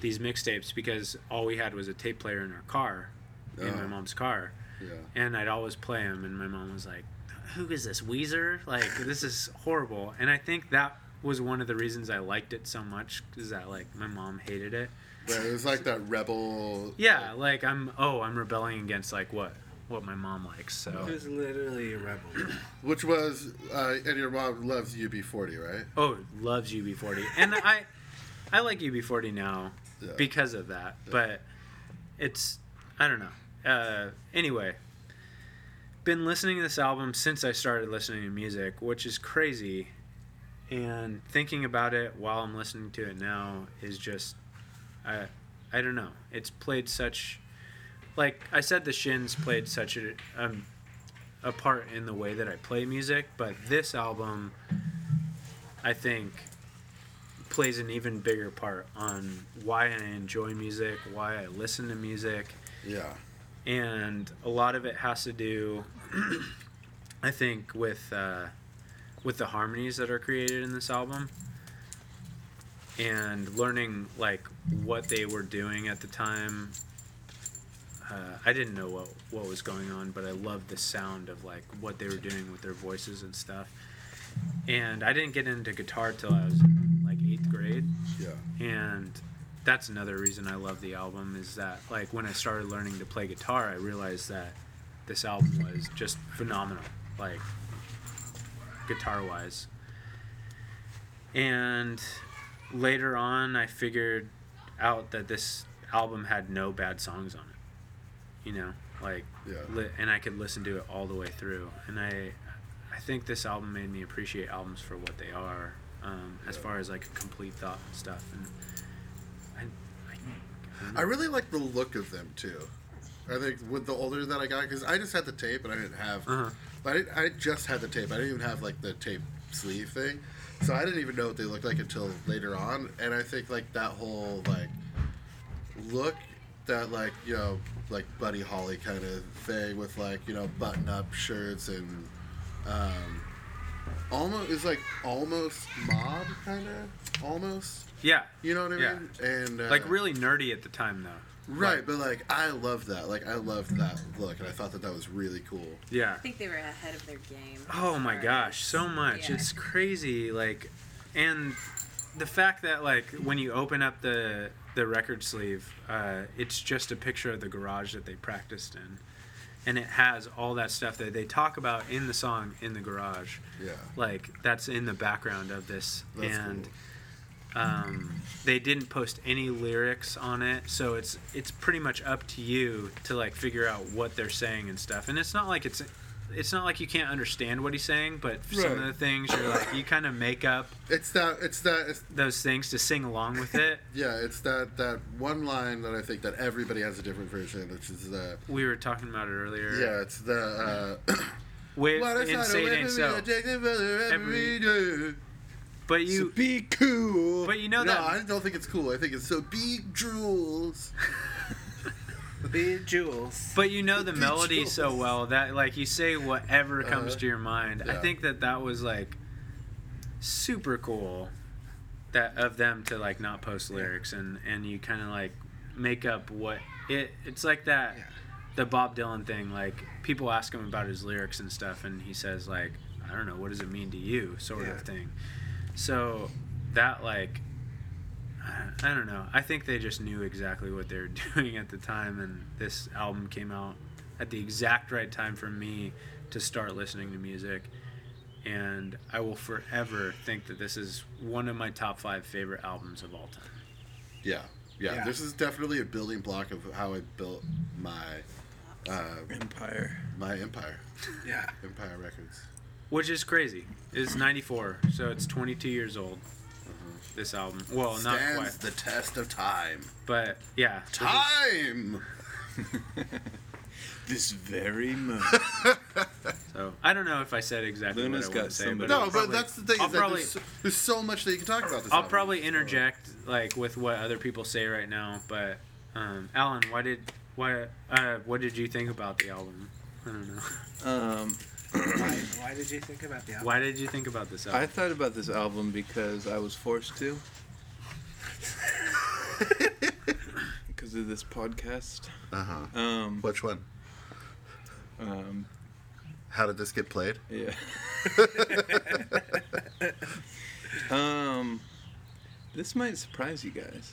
Speaker 1: these mixtapes because all we had was a tape player in our car, in my
Speaker 4: Uh-huh.
Speaker 1: mom's car
Speaker 4: Yeah.
Speaker 1: and I'd always play them, and my mom was like, "Who is this Weezer? Like this is horrible." And I think that was one of the reasons I liked it so much is that like my mom hated it.
Speaker 4: Right, it was like that rebel
Speaker 1: Yeah, like I'm oh I'm rebelling against like what what my mom likes.
Speaker 4: Oh.
Speaker 2: He
Speaker 1: So
Speaker 2: was literally a
Speaker 4: (coughs)
Speaker 2: rebel. (coughs)
Speaker 4: Which was, uh, and your mom loves UB40, right?
Speaker 1: oh loves UB40, and I I like UB40 now
Speaker 4: Yeah.
Speaker 1: because of that, but it's I don't know. Uh, anyway, been listening to this album since I started listening to music, which is crazy. And thinking about it while I'm listening to it now is just, I, I don't know. It's played such, like I said, the Shins played such a, um, a part in the way that I play music, but this album, I think, plays an even bigger part on why I enjoy music, why I listen to music,
Speaker 4: Yeah.
Speaker 1: and a lot of it has to do, (clears throat) I think, with uh, with the harmonies that are created in this album, and learning like what they were doing at the time. Uh, I didn't know what what was going on, but I loved the sound of like what they were doing with their voices and stuff. And I didn't get into guitar till I was like eighth grade
Speaker 4: Yeah.
Speaker 1: and that's another reason I love the album is that like when I started learning to play guitar, I realized that this album was just phenomenal, like guitar wise. And later on, I figured out that this album had no bad songs on it. You know, like
Speaker 4: Yeah.
Speaker 1: li- and I could listen to it all the way through. And I, I think this album made me appreciate albums for what they are, um, as far as like complete thought and stuff. And I, I,
Speaker 4: I really like the look of them too. I think with the older that I got, because I just had the tape and I didn't have,
Speaker 1: Uh-huh.
Speaker 4: I, didn't, I just had the tape. I didn't even have like the tape sleeve thing, so I didn't even know what they looked like until later on. And I think like that whole like look that like you know like Buddy Holly kind of thing with like you know button up shirts and um, almost is like almost mob kind of almost.
Speaker 1: yeah,
Speaker 4: You know what I
Speaker 1: Yeah.
Speaker 4: mean? And uh,
Speaker 1: like really nerdy at the time though.
Speaker 4: Right, but like I love that. Like I loved that look, and I thought that that was really cool.
Speaker 1: Yeah.
Speaker 5: I think they were ahead of their game.
Speaker 1: Oh
Speaker 5: as
Speaker 1: my
Speaker 5: far
Speaker 1: gosh,
Speaker 5: as-
Speaker 1: so much.
Speaker 5: Yeah.
Speaker 1: It's crazy. Like, and the fact that like when you open up the the record sleeve, uh, it's just a picture of the garage that they practiced in, and it has all that stuff that they talk about in the song in the garage.
Speaker 4: Yeah,
Speaker 1: Like that's in the background of this,
Speaker 4: That's
Speaker 1: and
Speaker 4: cool.
Speaker 1: um, they didn't post any lyrics on it so it's it's pretty much up to you to like figure out what they're saying and stuff and it's not like it's it's not like you can't understand what he's saying but some of
Speaker 4: Right.
Speaker 1: the things you're like you kind of make up
Speaker 4: it's that. It's that. It's,
Speaker 1: those things to sing along with it
Speaker 4: yeah, it's that. That one line that I think that everybody has a different version, which is the.
Speaker 1: we were talking about it earlier
Speaker 4: Yeah, it's the.
Speaker 1: (coughs)
Speaker 4: Uh,
Speaker 1: with
Speaker 4: Well, it's
Speaker 1: in
Speaker 4: not a
Speaker 1: Say It
Speaker 4: way
Speaker 1: Ain't
Speaker 4: to be
Speaker 1: So.
Speaker 4: rejected, but every
Speaker 1: Every-
Speaker 4: day.
Speaker 1: but you
Speaker 3: so be cool.
Speaker 1: but you know
Speaker 4: no,
Speaker 1: that
Speaker 4: I don't think it's cool. I think it's so big drools.
Speaker 2: The jewels.
Speaker 1: But you know the
Speaker 4: (laughs) Good
Speaker 1: melody so
Speaker 4: choice.
Speaker 1: well that like you say whatever comes
Speaker 4: Uh,
Speaker 1: to your mind. I
Speaker 4: yeah.
Speaker 1: think that that was like super cool that of them to like not post lyrics and and you kind of like make up what it it's like that
Speaker 2: Yeah.
Speaker 1: the Bob Dylan thing like people ask him about his lyrics and stuff and he says like I don't know what does it mean to you sort
Speaker 2: Yeah.
Speaker 1: of thing. So that like I- I don't know. I think they just knew exactly what they were (laughs) doing at the time, and this album came out at the exact right time for me to start listening to music. And I will forever think that this is one of my top five favorite albums of all time.
Speaker 4: Yeah, yeah,
Speaker 2: Yeah.
Speaker 4: This is definitely a building block of how I built my uh,
Speaker 3: Empire.
Speaker 4: my empire,
Speaker 2: Yeah.
Speaker 4: Empire Records.
Speaker 1: Which is crazy. It's 94, so it's 22 years old,
Speaker 3: Mm-hmm.
Speaker 1: this album. Well, Oh, not quite.
Speaker 4: Stands the test of time.
Speaker 1: But yeah. this is-
Speaker 4: Time.
Speaker 3: This
Speaker 1: (laughs)
Speaker 3: very moment.
Speaker 1: So I don't know if I said exactly
Speaker 3: Luna's
Speaker 1: what I
Speaker 3: got
Speaker 1: want to say.
Speaker 3: somebody-
Speaker 1: But
Speaker 4: No,
Speaker 1: I'll
Speaker 4: but
Speaker 1: probably-
Speaker 4: that's the thing.
Speaker 1: I'll
Speaker 4: is that
Speaker 1: probably-
Speaker 4: there's, so, there's so much that you can talk about. This
Speaker 1: I'll
Speaker 4: album.
Speaker 1: probably interject like with what other people say right now, but um, Alan, why did why uh, what did you think about the album? I don't know. (laughs)
Speaker 3: um,
Speaker 2: Why, why did you think about the album?
Speaker 1: Why did you think about this
Speaker 3: I
Speaker 1: album?
Speaker 3: thought about this album because I was forced to.
Speaker 4: (laughs)
Speaker 3: because of this podcast.
Speaker 4: Uh huh.
Speaker 3: Um,
Speaker 4: Which one?
Speaker 3: um,
Speaker 4: How did this get (laughs) played?
Speaker 3: Yeah. (laughs) um, this might surprise you guys,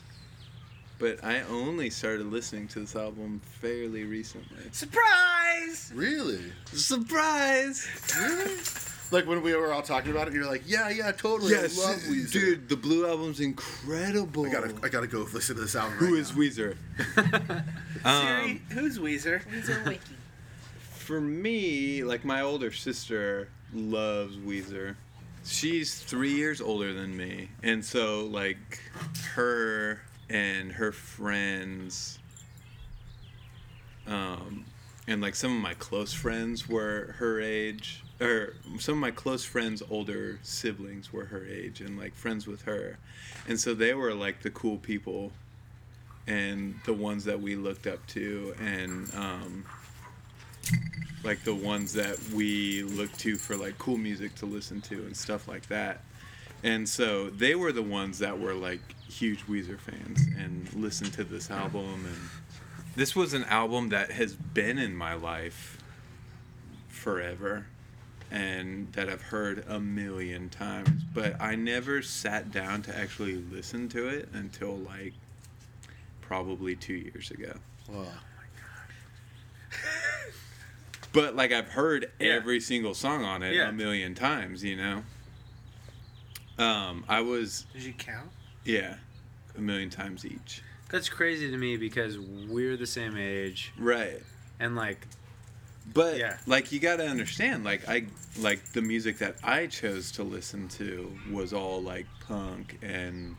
Speaker 3: but I only started listening to this album fairly recently.
Speaker 2: Surprise!
Speaker 4: Really?
Speaker 3: Surprise!
Speaker 4: Really? like when we were all talking about it, you're like, yeah, yeah, totally.
Speaker 3: Yes,
Speaker 4: I love Weezer.
Speaker 3: dude, the Blue album's incredible.
Speaker 4: I gotta, I gotta go listen to this album.
Speaker 3: Who
Speaker 4: right
Speaker 3: is
Speaker 4: now.
Speaker 3: Weezer? (laughs)
Speaker 2: Siri, who's Weezer?
Speaker 5: Weezer Wiki.
Speaker 3: For me, like my older sister loves Weezer. She's three years older than me, and so like her and her friends, um, and like some of my close friends were her age, or some of my close friends' older siblings were her age, and like friends with her, and so they were like the cool people, and the ones that we looked up to, and um, like the ones that we look to for like cool music to listen to and stuff like that. And so they were the ones that were like huge Weezer fans and listened to this album and this was an album that has been in my life forever and that I've heard a million times, but I never sat down to actually listen to it until like probably two years ago.
Speaker 4: Wow.
Speaker 3: But like I've heard
Speaker 1: Yeah.
Speaker 3: every single song on it
Speaker 1: Yeah.
Speaker 3: a million times, you know. Um, I was
Speaker 2: Did you count?
Speaker 3: yeah, a million times each.
Speaker 1: That's crazy to me because we're the same age,
Speaker 3: Right.
Speaker 1: and like,
Speaker 3: But
Speaker 1: Yeah.
Speaker 3: like you got to understand like I like the music that I chose to listen to was all like punk and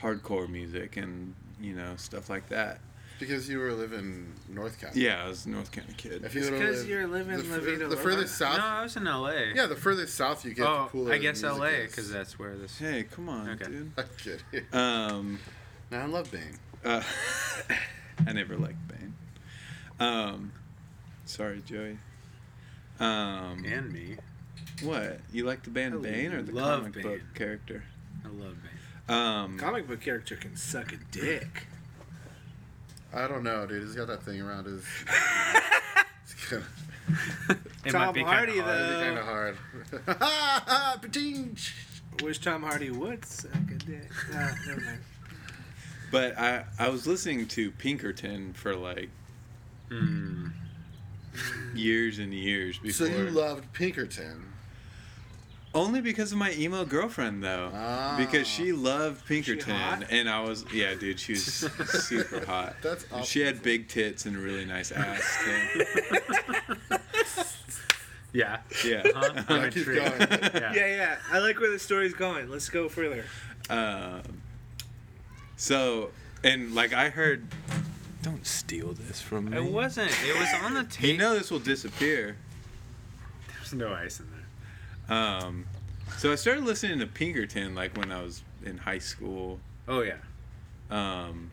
Speaker 3: hardcore music and you know stuff like that.
Speaker 4: Because you were living North County.
Speaker 3: Yeah, I was a North County kid.
Speaker 4: If you
Speaker 2: It's
Speaker 4: would've
Speaker 2: 'cause
Speaker 4: lived
Speaker 2: you're living
Speaker 4: the,
Speaker 2: La
Speaker 4: fur-
Speaker 2: Vida
Speaker 4: the
Speaker 2: Loca.
Speaker 4: furthest
Speaker 1: no,
Speaker 4: south.
Speaker 1: I was in L.A.
Speaker 4: Yeah, the furthest south you get, the
Speaker 1: oh,
Speaker 4: cooler.
Speaker 1: I
Speaker 4: the
Speaker 1: guess
Speaker 4: music
Speaker 1: L.A.
Speaker 4: is.
Speaker 1: because that's where this.
Speaker 3: Hey, come on,
Speaker 1: Okay.
Speaker 3: dude.
Speaker 4: (laughs) I'm kidding.
Speaker 3: Um,
Speaker 4: Now I love Bane.
Speaker 3: Uh, (laughs) I never liked Bane. Um, sorry, Joey. Um,
Speaker 1: And me,
Speaker 3: what you like the band
Speaker 1: I
Speaker 3: Bane or the
Speaker 1: love
Speaker 3: comic
Speaker 1: Bane.
Speaker 3: book character?
Speaker 1: I love me.
Speaker 3: Um,
Speaker 2: Comic book character can suck a dick.
Speaker 4: I don't know, dude. He's got that thing
Speaker 2: (laughs)
Speaker 4: around his. it's kind
Speaker 1: It
Speaker 2: Tom
Speaker 1: might be kinda
Speaker 2: Hardy,
Speaker 1: hard.
Speaker 2: though.
Speaker 4: of hard. (laughs) Patinch.
Speaker 2: Wish Tom Hardy would suck a dick. Nah, never
Speaker 3: (laughs)
Speaker 2: mind.
Speaker 3: but I I was listening to Pinkerton for like
Speaker 1: Hmm.
Speaker 3: years and years
Speaker 4: so
Speaker 3: before.
Speaker 4: you loved Pinkerton.
Speaker 3: Only because of my emo girlfriend though,
Speaker 4: Ah.
Speaker 3: because she loved Pinkerton,
Speaker 2: hot?
Speaker 3: and I was yeah, dude, she was super hot.
Speaker 4: That's
Speaker 3: And She had big tits and a really nice
Speaker 1: (laughs)
Speaker 3: ass. Too.
Speaker 1: Yeah.
Speaker 3: Yeah. (laughs)
Speaker 1: Huh? I'm
Speaker 4: Yeah, keep
Speaker 1: intrigued.
Speaker 4: going.
Speaker 1: Yeah.
Speaker 2: Yeah, yeah. I like where the story's going. Let's go further.
Speaker 3: Um, so, and like I heard, don't steal this from me.
Speaker 1: It wasn't. It was on the tape.
Speaker 3: You know this will disappear.
Speaker 1: There's no ice in there.
Speaker 3: Um, so I started listening to Pinkerton like when I was in high school.
Speaker 1: Oh yeah.
Speaker 3: Um,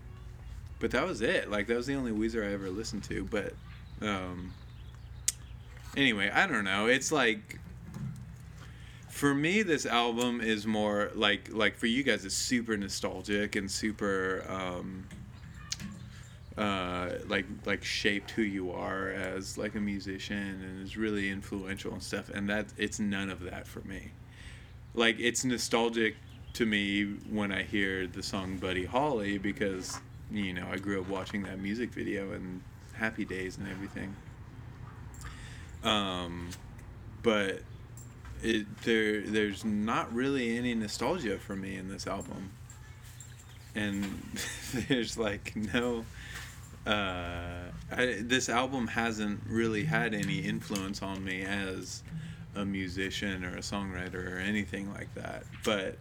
Speaker 3: but that was it. Like that was the only Weezer I ever listened to. But um, anyway, I don't know. It's like for me, this album is more like like for you guys, it's super nostalgic and super um, uh, like like shaped who you are as like a musician and is really influential and stuff. And that it's none of that for me like it's nostalgic to me when I hear the song Buddy Holly because you know I grew up watching that music video and Happy Days and everything. Um, but it there there's not really any nostalgia for me in this album, and (laughs) there's like no. Uh, I, this album hasn't really had any influence on me as a musician or a songwriter or anything like that. But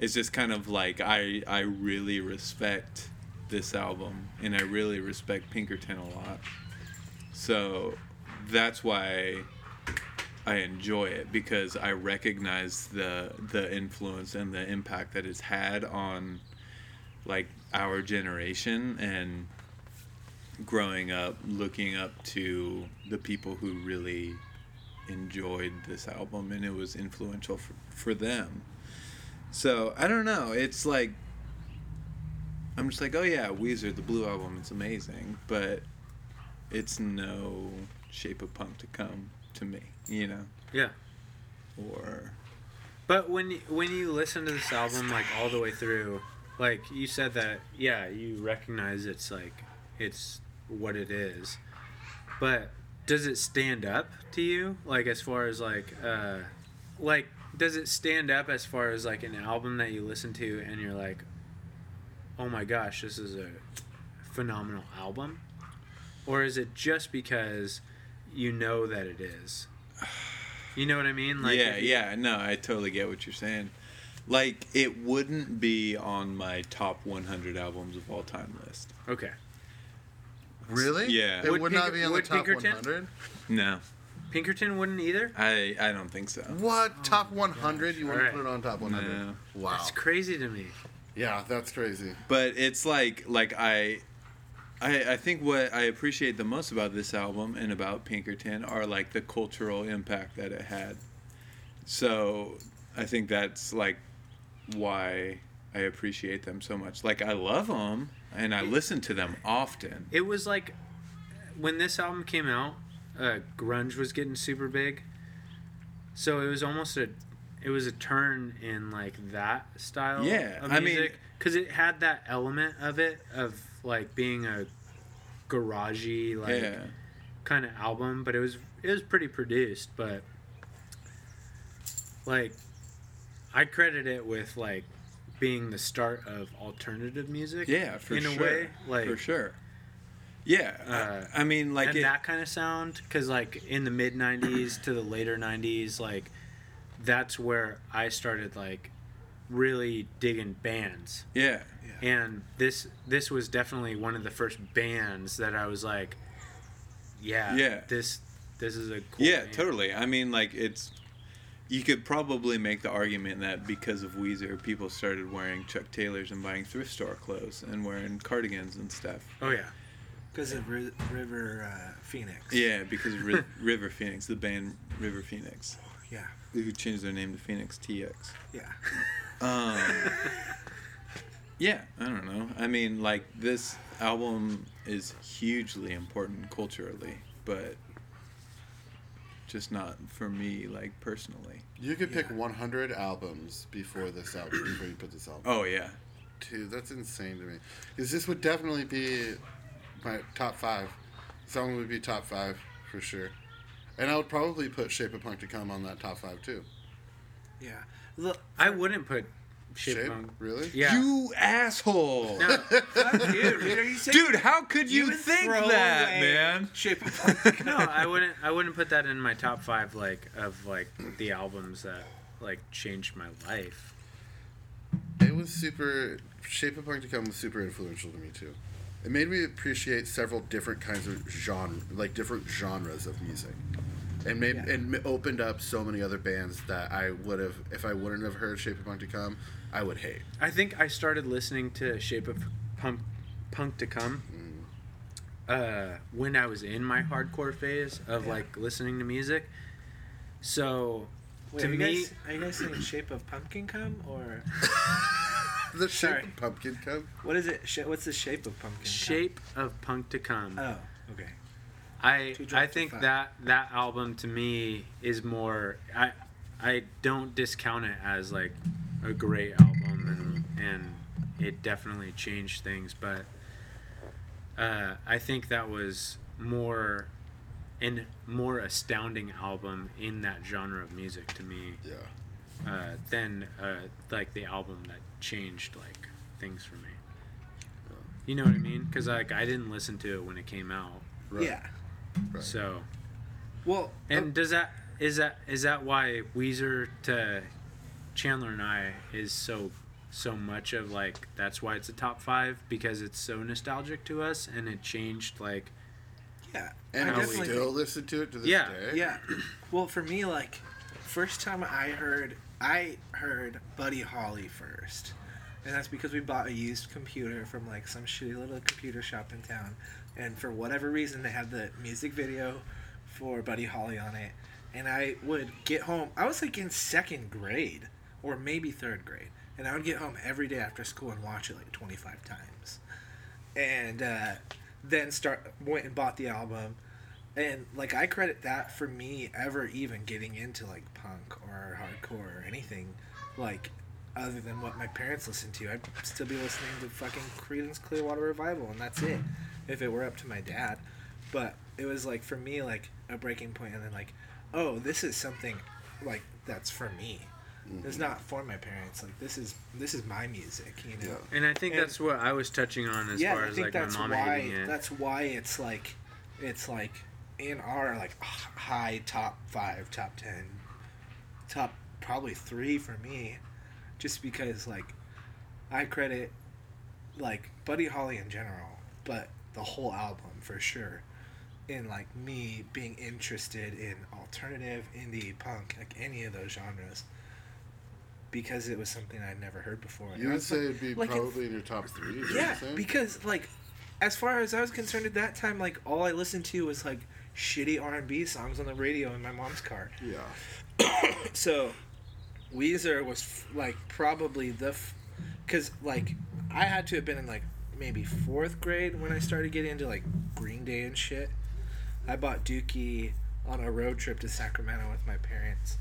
Speaker 3: it's just kind of like I I really respect this album and I really respect Pinkerton a lot. So that's why I enjoy it because I recognize the the influence and the impact that it's had on like our generation and growing up looking up to the people who really enjoyed this album and it was influential for, for them. So I don't know. It's like I'm just like, oh yeah, Weezer, the Blue Album, it's amazing, but it's no Shape of Punk to come to me, you know,
Speaker 1: Yeah.
Speaker 3: or
Speaker 1: But when you, when you listen to this album like all the way through, like you said that yeah, you recognize it's like it's what it is. But does it stand up to you? Like as far as like uh like does it stand up as far as like an album that you listen to and you're like oh my gosh, this is a phenomenal album? Or is it just because you know that it is? You know what I mean?
Speaker 3: yeah,
Speaker 1: if you-
Speaker 3: yeah, no, I totally get what you're saying. Like it wouldn't be on my top 100 albums of all time list.
Speaker 1: Okay.
Speaker 4: Ah. Really?
Speaker 3: Yeah.
Speaker 4: It
Speaker 1: Would
Speaker 4: would, not
Speaker 1: Pinker-
Speaker 4: be on the
Speaker 1: would
Speaker 4: top
Speaker 1: Pinkerton?
Speaker 4: 100.
Speaker 3: No,
Speaker 1: Pinkerton wouldn't either.
Speaker 3: I I don't think so.
Speaker 4: What
Speaker 1: Oh,
Speaker 4: top 100? You want
Speaker 1: Alright.
Speaker 4: to put it on top 100?
Speaker 3: No.
Speaker 4: Wow.
Speaker 1: That's crazy to me.
Speaker 4: yeah, that's crazy.
Speaker 3: but it's like like I, I I think what I appreciate the most about this album and about Pinkerton are like the cultural impact that it had. So I think that's like why I appreciate them so much. Like I love them and I listen to them often.
Speaker 1: It was like when this album came out, uh, grunge was getting super big. So it was almost a, it was a turn in like that style.
Speaker 3: Yeah,
Speaker 1: of
Speaker 3: I mean-
Speaker 1: music because it had that element of it of like being a garagey like
Speaker 3: yeah.
Speaker 1: kind of album, but it was it was pretty produced, but like I credit it with like being the start of alternative music.
Speaker 3: Yeah, for
Speaker 1: in
Speaker 3: sure.
Speaker 1: a way, like
Speaker 3: for sure. Yeah, I-
Speaker 1: Uh,
Speaker 3: I, mean, like
Speaker 1: and
Speaker 3: it,
Speaker 1: that kind of sound because like in the mid 90s to the later 90s like that's where i started like really digging bands
Speaker 3: yeah,
Speaker 1: and this this was definitely one of the first bands that i was like yeah
Speaker 3: Yeah.
Speaker 1: this this is a cool
Speaker 3: yeah,
Speaker 1: band.
Speaker 3: totally. I mean, like it's you could probably make the argument that because of Weezer, people started wearing Chuck Taylors and buying thrift store clothes and wearing cardigans and stuff.
Speaker 1: oh yeah
Speaker 2: because of Ri- River uh, Phoenix.
Speaker 3: Yeah, because of (laughs) Ri- River Phoenix, the band River Phoenix,
Speaker 2: yeah,
Speaker 3: who changed their name to Phoenix TX.
Speaker 2: yeah.
Speaker 3: Um, yeah, I don't know. I mean, like this album is hugely important culturally, but just not for me, like personally.
Speaker 4: You could pick
Speaker 2: Yeah.
Speaker 4: 100 albums before this album, before you put this album.
Speaker 3: Oh yeah,
Speaker 4: Dude, that's insane to me. Because this would definitely be my top five. This album would be top five for sure. And I would probably put Shape of Punk to Come on that top five too.
Speaker 2: Yeah. Look,
Speaker 1: i wouldn't put shape,
Speaker 4: Shape? (laughs)
Speaker 1: Punk-
Speaker 4: Really?
Speaker 1: yeah
Speaker 3: you asshole,
Speaker 1: No,
Speaker 2: fuck you. dude, are you saying
Speaker 3: (laughs) dude. How could you,
Speaker 2: would
Speaker 3: think
Speaker 2: throw
Speaker 3: that,
Speaker 2: away
Speaker 3: man?
Speaker 2: Shape
Speaker 3: (laughs)
Speaker 2: of Punk.
Speaker 1: no, I wouldn't. I wouldn't put that in my top five, like of like the albums that like changed my life.
Speaker 4: It was super. Shape of Punk to Come was super influential to me too. It made me appreciate several different kinds of genre, like different genres of music, and made
Speaker 2: Yeah.
Speaker 4: and m- opened up so many other bands that I would have, if I wouldn't have heard Shape of Punk to Come, I would hate.
Speaker 1: I think I started listening to Shape of Punk, Punk to Come uh, when I was in my hardcore phase of
Speaker 2: Yeah.
Speaker 1: like listening to music. So
Speaker 2: Wait,
Speaker 1: to
Speaker 2: are, you
Speaker 1: me,
Speaker 2: guys, are you guys saying Shape of Pumpkin Come or
Speaker 4: The Shape
Speaker 2: Sorry.
Speaker 4: of Pumpkin Come.
Speaker 2: what is it? Sha- What's the shape of pumpkin? Come?
Speaker 1: Shape of Punk to Come.
Speaker 2: Oh, okay.
Speaker 1: I
Speaker 2: Two drops
Speaker 1: I
Speaker 2: of
Speaker 1: think
Speaker 2: fat.
Speaker 1: that that album to me is more I I don't discount it as like a great album and and it definitely changed things but uh, I think that was more and more astounding album in that genre of music to me
Speaker 4: Yeah.
Speaker 1: uh, than uh, like the album that changed like things for me. You know what I mean? Because like I didn't listen to it when it came out,
Speaker 4: Right.
Speaker 2: Yeah.
Speaker 4: Right.
Speaker 1: so.
Speaker 2: Well,
Speaker 1: And does that is that is that why Weezer to Chandler and I is so so much of like that's why it's a top five because it's so nostalgic to us and it changed like
Speaker 2: uh, yeah.
Speaker 4: And
Speaker 1: I
Speaker 4: I
Speaker 1: definitely
Speaker 4: still listen to it to this
Speaker 1: Yeah,
Speaker 4: day.
Speaker 2: Yeah. Well, for me, like, first time I heard, I heard Buddy Holly first. And that's because we bought a used computer from, like, some shitty little computer shop in town. And for whatever reason, they had the music video for Buddy Holly on it. And I would get home, I was like in second grade or maybe third grade. And I would get home every day after school and watch it like 25 times. And uh, then start, went and bought the album and like I credit that for me ever even getting into like punk or hardcore or anything like other than what my parents listened to. I'd still be listening to fucking Creedence Clearwater Revival and that's it if it were up to my dad. But it was like for me like a breaking point and then like oh this is something like that's for me. It's not for my parents. Like this is this is my music, you know.
Speaker 4: Yeah.
Speaker 1: and I think
Speaker 2: And-
Speaker 1: that's what I was touching on as
Speaker 2: yeah,
Speaker 1: far
Speaker 2: I
Speaker 1: as
Speaker 2: think
Speaker 1: like my
Speaker 2: that's
Speaker 1: mom
Speaker 2: why
Speaker 1: hating it.
Speaker 2: that's why it's like it's like in our like h- high top five, top ten, top probably three for me, just because like I credit like Buddy Holly in general, but the whole album for sure. In like me being interested in alternative, indie, punk, like any of those genres, because it was something I'd never heard before. And I
Speaker 4: You would
Speaker 2: was
Speaker 4: say
Speaker 2: like-
Speaker 4: it'd be
Speaker 2: like, it-
Speaker 4: probably in your top three. is what
Speaker 2: yeah,
Speaker 4: you're saying?
Speaker 2: because like, as far as I was concerned at that time, like all I listened to was like shitty R and B songs on the radio in my mom's car.
Speaker 4: yeah.
Speaker 2: So, Weezer was f- like probably the, because like I had to have been in like maybe fourth grade when I started getting into like Green Day and shit. I bought Dookie on a road trip to Sacramento with my parents,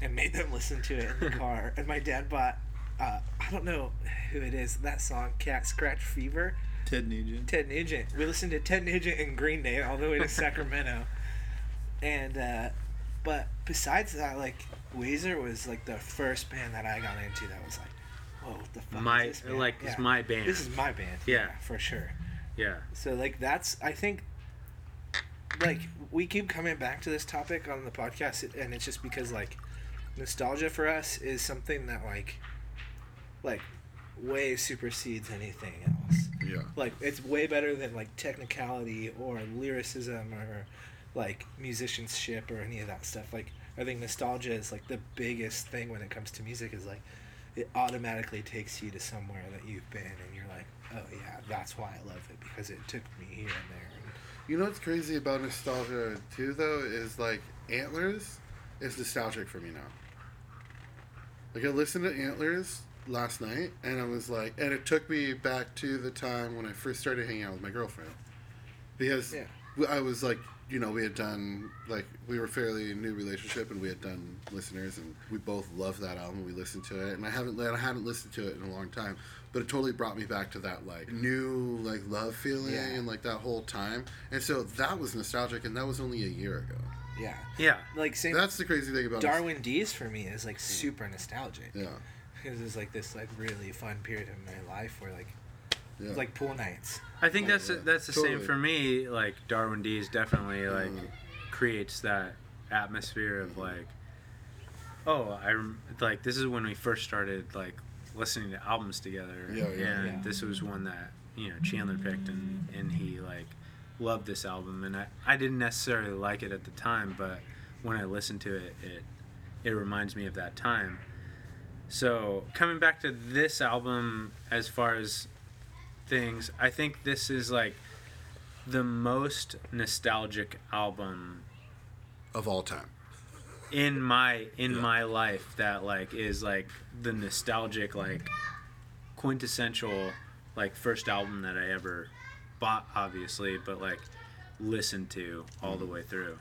Speaker 2: and made them listen to it in
Speaker 4: (laughs)
Speaker 2: the car. And my dad bought, uh, I don't know who it is, that song "Cat Scratch Fever."
Speaker 3: Ted Nugent.
Speaker 2: Ted Nugent. We listened to Ted Nugent and Green Day all the
Speaker 1: (laughs)
Speaker 2: way to Sacramento. And uh but besides that, like Weezer was like the first band that I got into that was like, whoa, what the fuck
Speaker 1: My-
Speaker 2: is this band?
Speaker 1: like, it's my band.
Speaker 2: This is my band.
Speaker 1: Yeah.
Speaker 2: for sure.
Speaker 1: Yeah.
Speaker 2: So like that's I think like we keep coming back to this topic on the podcast and it's just because like nostalgia for us is something that like like way supersedes anything else.
Speaker 4: Yeah.
Speaker 2: Like it's way better than like technicality or lyricism or like musicianship or any of that stuff. Like I think nostalgia is like the biggest thing when it comes to music is like it automatically takes you to somewhere that you've been and you're like, oh yeah, that's why I love it because it took me here and there.
Speaker 4: You know what's crazy about nostalgia too, though, is like Antlers is nostalgic for me now. Like I listened to Antlers last night, and I was like, and it took me back to the time when I first started hanging out with my girlfriend, because
Speaker 2: Yeah.
Speaker 4: we- I was like, you know, we had done like we were fairly new relationship, and we had done listeners, and we both loved that album. We listened to it, and I haven't I hadn't listened to it in a long time, but it totally brought me back to that like new like love feeling
Speaker 2: Yeah.
Speaker 4: and like that whole time, and so that was nostalgic, and that was only a year ago.
Speaker 2: Yeah.
Speaker 1: Yeah.
Speaker 2: Like same
Speaker 4: That's the crazy thing about
Speaker 2: Darwin D's for me is like super nostalgic.
Speaker 4: Yeah,
Speaker 2: Because it was like this like really fun period in my life where like it
Speaker 4: yeah.
Speaker 2: was like pool nights.
Speaker 1: I think
Speaker 4: Yeah,
Speaker 1: that's
Speaker 4: yeah.
Speaker 1: that's the same
Speaker 4: Totally.
Speaker 1: for me. Like Darwin D's definitely like
Speaker 2: Mm.
Speaker 4: Mhm.
Speaker 1: creates that atmosphere of like, oh, I rem- like this is when we first started like listening to albums together.
Speaker 4: Yeah, yeah,
Speaker 1: and
Speaker 2: yeah.
Speaker 1: this was one that you know Chandler picked and and he like loved this album and I I didn't necessarily like it at the time, but when I listened to it, it it reminds me of that time. So coming back to this album, as far as things, I think this is like the most nostalgic album
Speaker 4: of all time.
Speaker 1: in my in
Speaker 4: Yeah.
Speaker 1: my life that like is like the nostalgic like quintessential like first album that I ever bought obviously but like listened to all the way through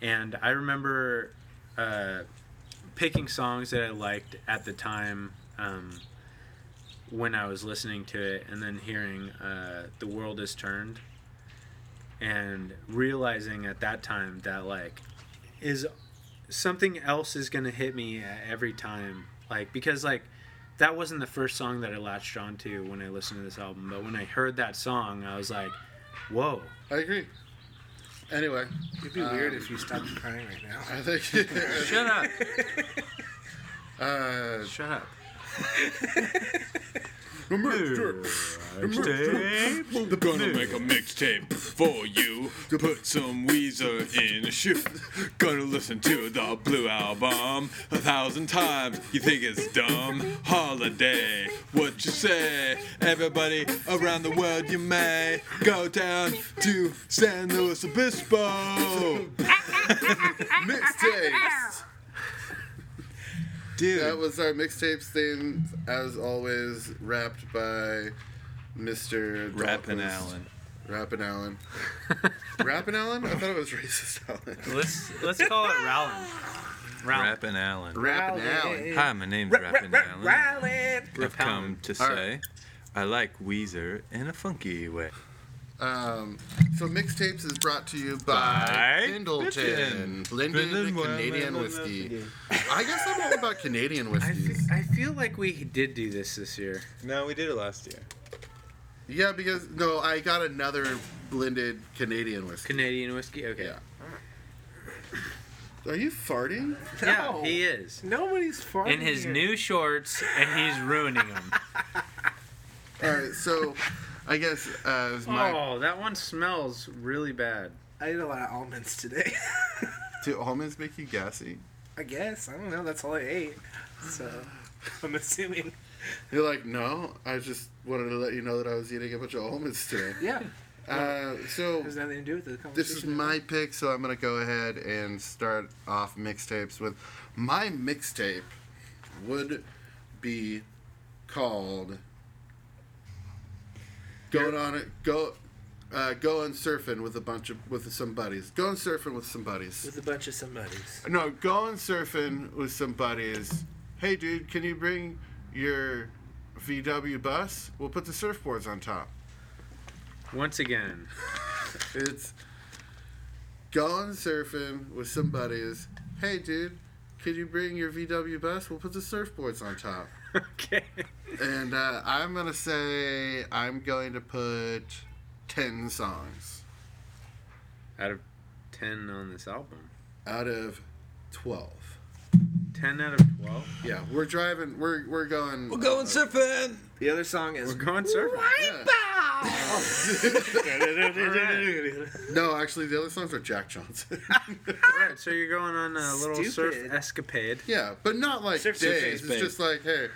Speaker 1: and I remember uh, picking songs that I liked at the time um, when I was listening to it and then hearing uh, The World Is Turned and realizing at that time that like is something else is gonna hit me at every time like because like that wasn't the first song that i latched onto when i listened to this album but when i heard that song i was like whoa
Speaker 4: I agree. Anyway,
Speaker 2: It'd be weird if you stopped crying right now.
Speaker 4: I think. (laughs)
Speaker 1: shut (laughs) up
Speaker 4: Uh,
Speaker 1: shut up
Speaker 3: Gonna make a mixtape for you. Put some Weezer in a shoe. Gonna listen to the Blue Album a thousand times. You think it's dumb? Holiday, what you say? Everybody around the world, you may go down to San Luis Obispo.
Speaker 4: mixtapes.
Speaker 3: Dude,
Speaker 4: That was our mixtapes thing, as always, wrapped by Mr.
Speaker 3: Rappin'
Speaker 4: Dahlquist.
Speaker 3: Allen. (laughs)
Speaker 4: Rappin' Allen. Rappin' Allen? I thought it was racist Allen.
Speaker 1: let's let's call it Rowland. Rowland.
Speaker 3: Rappin' Allen.
Speaker 4: Rappin' Allen.
Speaker 3: Hi, my name's Rappin' Allen.
Speaker 2: Rylan.
Speaker 3: I've come to
Speaker 4: All right.
Speaker 3: say I like Weezer in a funky way.
Speaker 4: Um, so mixtapes is brought to you by
Speaker 3: By
Speaker 4: Pendleton.
Speaker 3: Pendleton.
Speaker 4: Linden
Speaker 3: Pendleton
Speaker 4: Canadian
Speaker 3: Wild
Speaker 4: whiskey. I guess I'm all about Canadian
Speaker 1: I feel,
Speaker 4: whiskeys.
Speaker 1: I feel like we did do this this year
Speaker 3: No, we did it last year.
Speaker 4: Yeah, because no, I got another blended Canadian whiskey.
Speaker 1: canadian whiskey okay
Speaker 4: Yeah. Are you farting?
Speaker 1: yeah
Speaker 2: No.
Speaker 1: he is
Speaker 2: Nobody's farting.
Speaker 1: in his
Speaker 2: here.
Speaker 1: new shorts and he's ruining them
Speaker 4: All right, so I guess uh, it was my
Speaker 1: oh that one smells really bad
Speaker 2: I ate a lot of almonds today. (laughs)
Speaker 4: do almonds make you gassy?
Speaker 2: I guess I don't know. That's all I ate. So I'm assuming.
Speaker 4: You're like, no, I just wanted to let you know that I was eating a bunch of almonds today.
Speaker 2: Yeah.
Speaker 4: Uh, so
Speaker 2: Has nothing to do with the conversation.
Speaker 4: this is my pick, so I'm gonna go ahead and start off mixtapes with my mixtape would be called going on it go uh, going surfing with a bunch of with some buddies. Going surfing with some buddies.
Speaker 2: with a bunch of somebodies.
Speaker 4: No, going surfing with some buddies. Hey, dude, can you bring your VW bus? We'll put the surfboards on top.
Speaker 1: Once again, (laughs)
Speaker 4: It's going surfing with some buddies. Hey, dude, could you bring your VW bus? We'll put the surfboards on top.
Speaker 1: okay.
Speaker 4: And uh, I'm going to say I'm going to put 10 songs
Speaker 1: Out of ten on this album,
Speaker 4: out of 12.
Speaker 1: ten out of twelve.
Speaker 4: Yeah, we're driving. We're, we're going.
Speaker 3: (laughs) We're going surfing.
Speaker 2: The other song is
Speaker 1: We're (laughs) going surfing.
Speaker 4: Yeah. No, actually, the other songs are Jack Johnson. (laughs)
Speaker 1: All right, so you're going on a little surf
Speaker 2: Stupid.
Speaker 1: escapade.
Speaker 4: yeah, but not like
Speaker 2: Surf-
Speaker 4: days.
Speaker 3: surface,
Speaker 4: it's
Speaker 3: babe.
Speaker 4: just like, hey,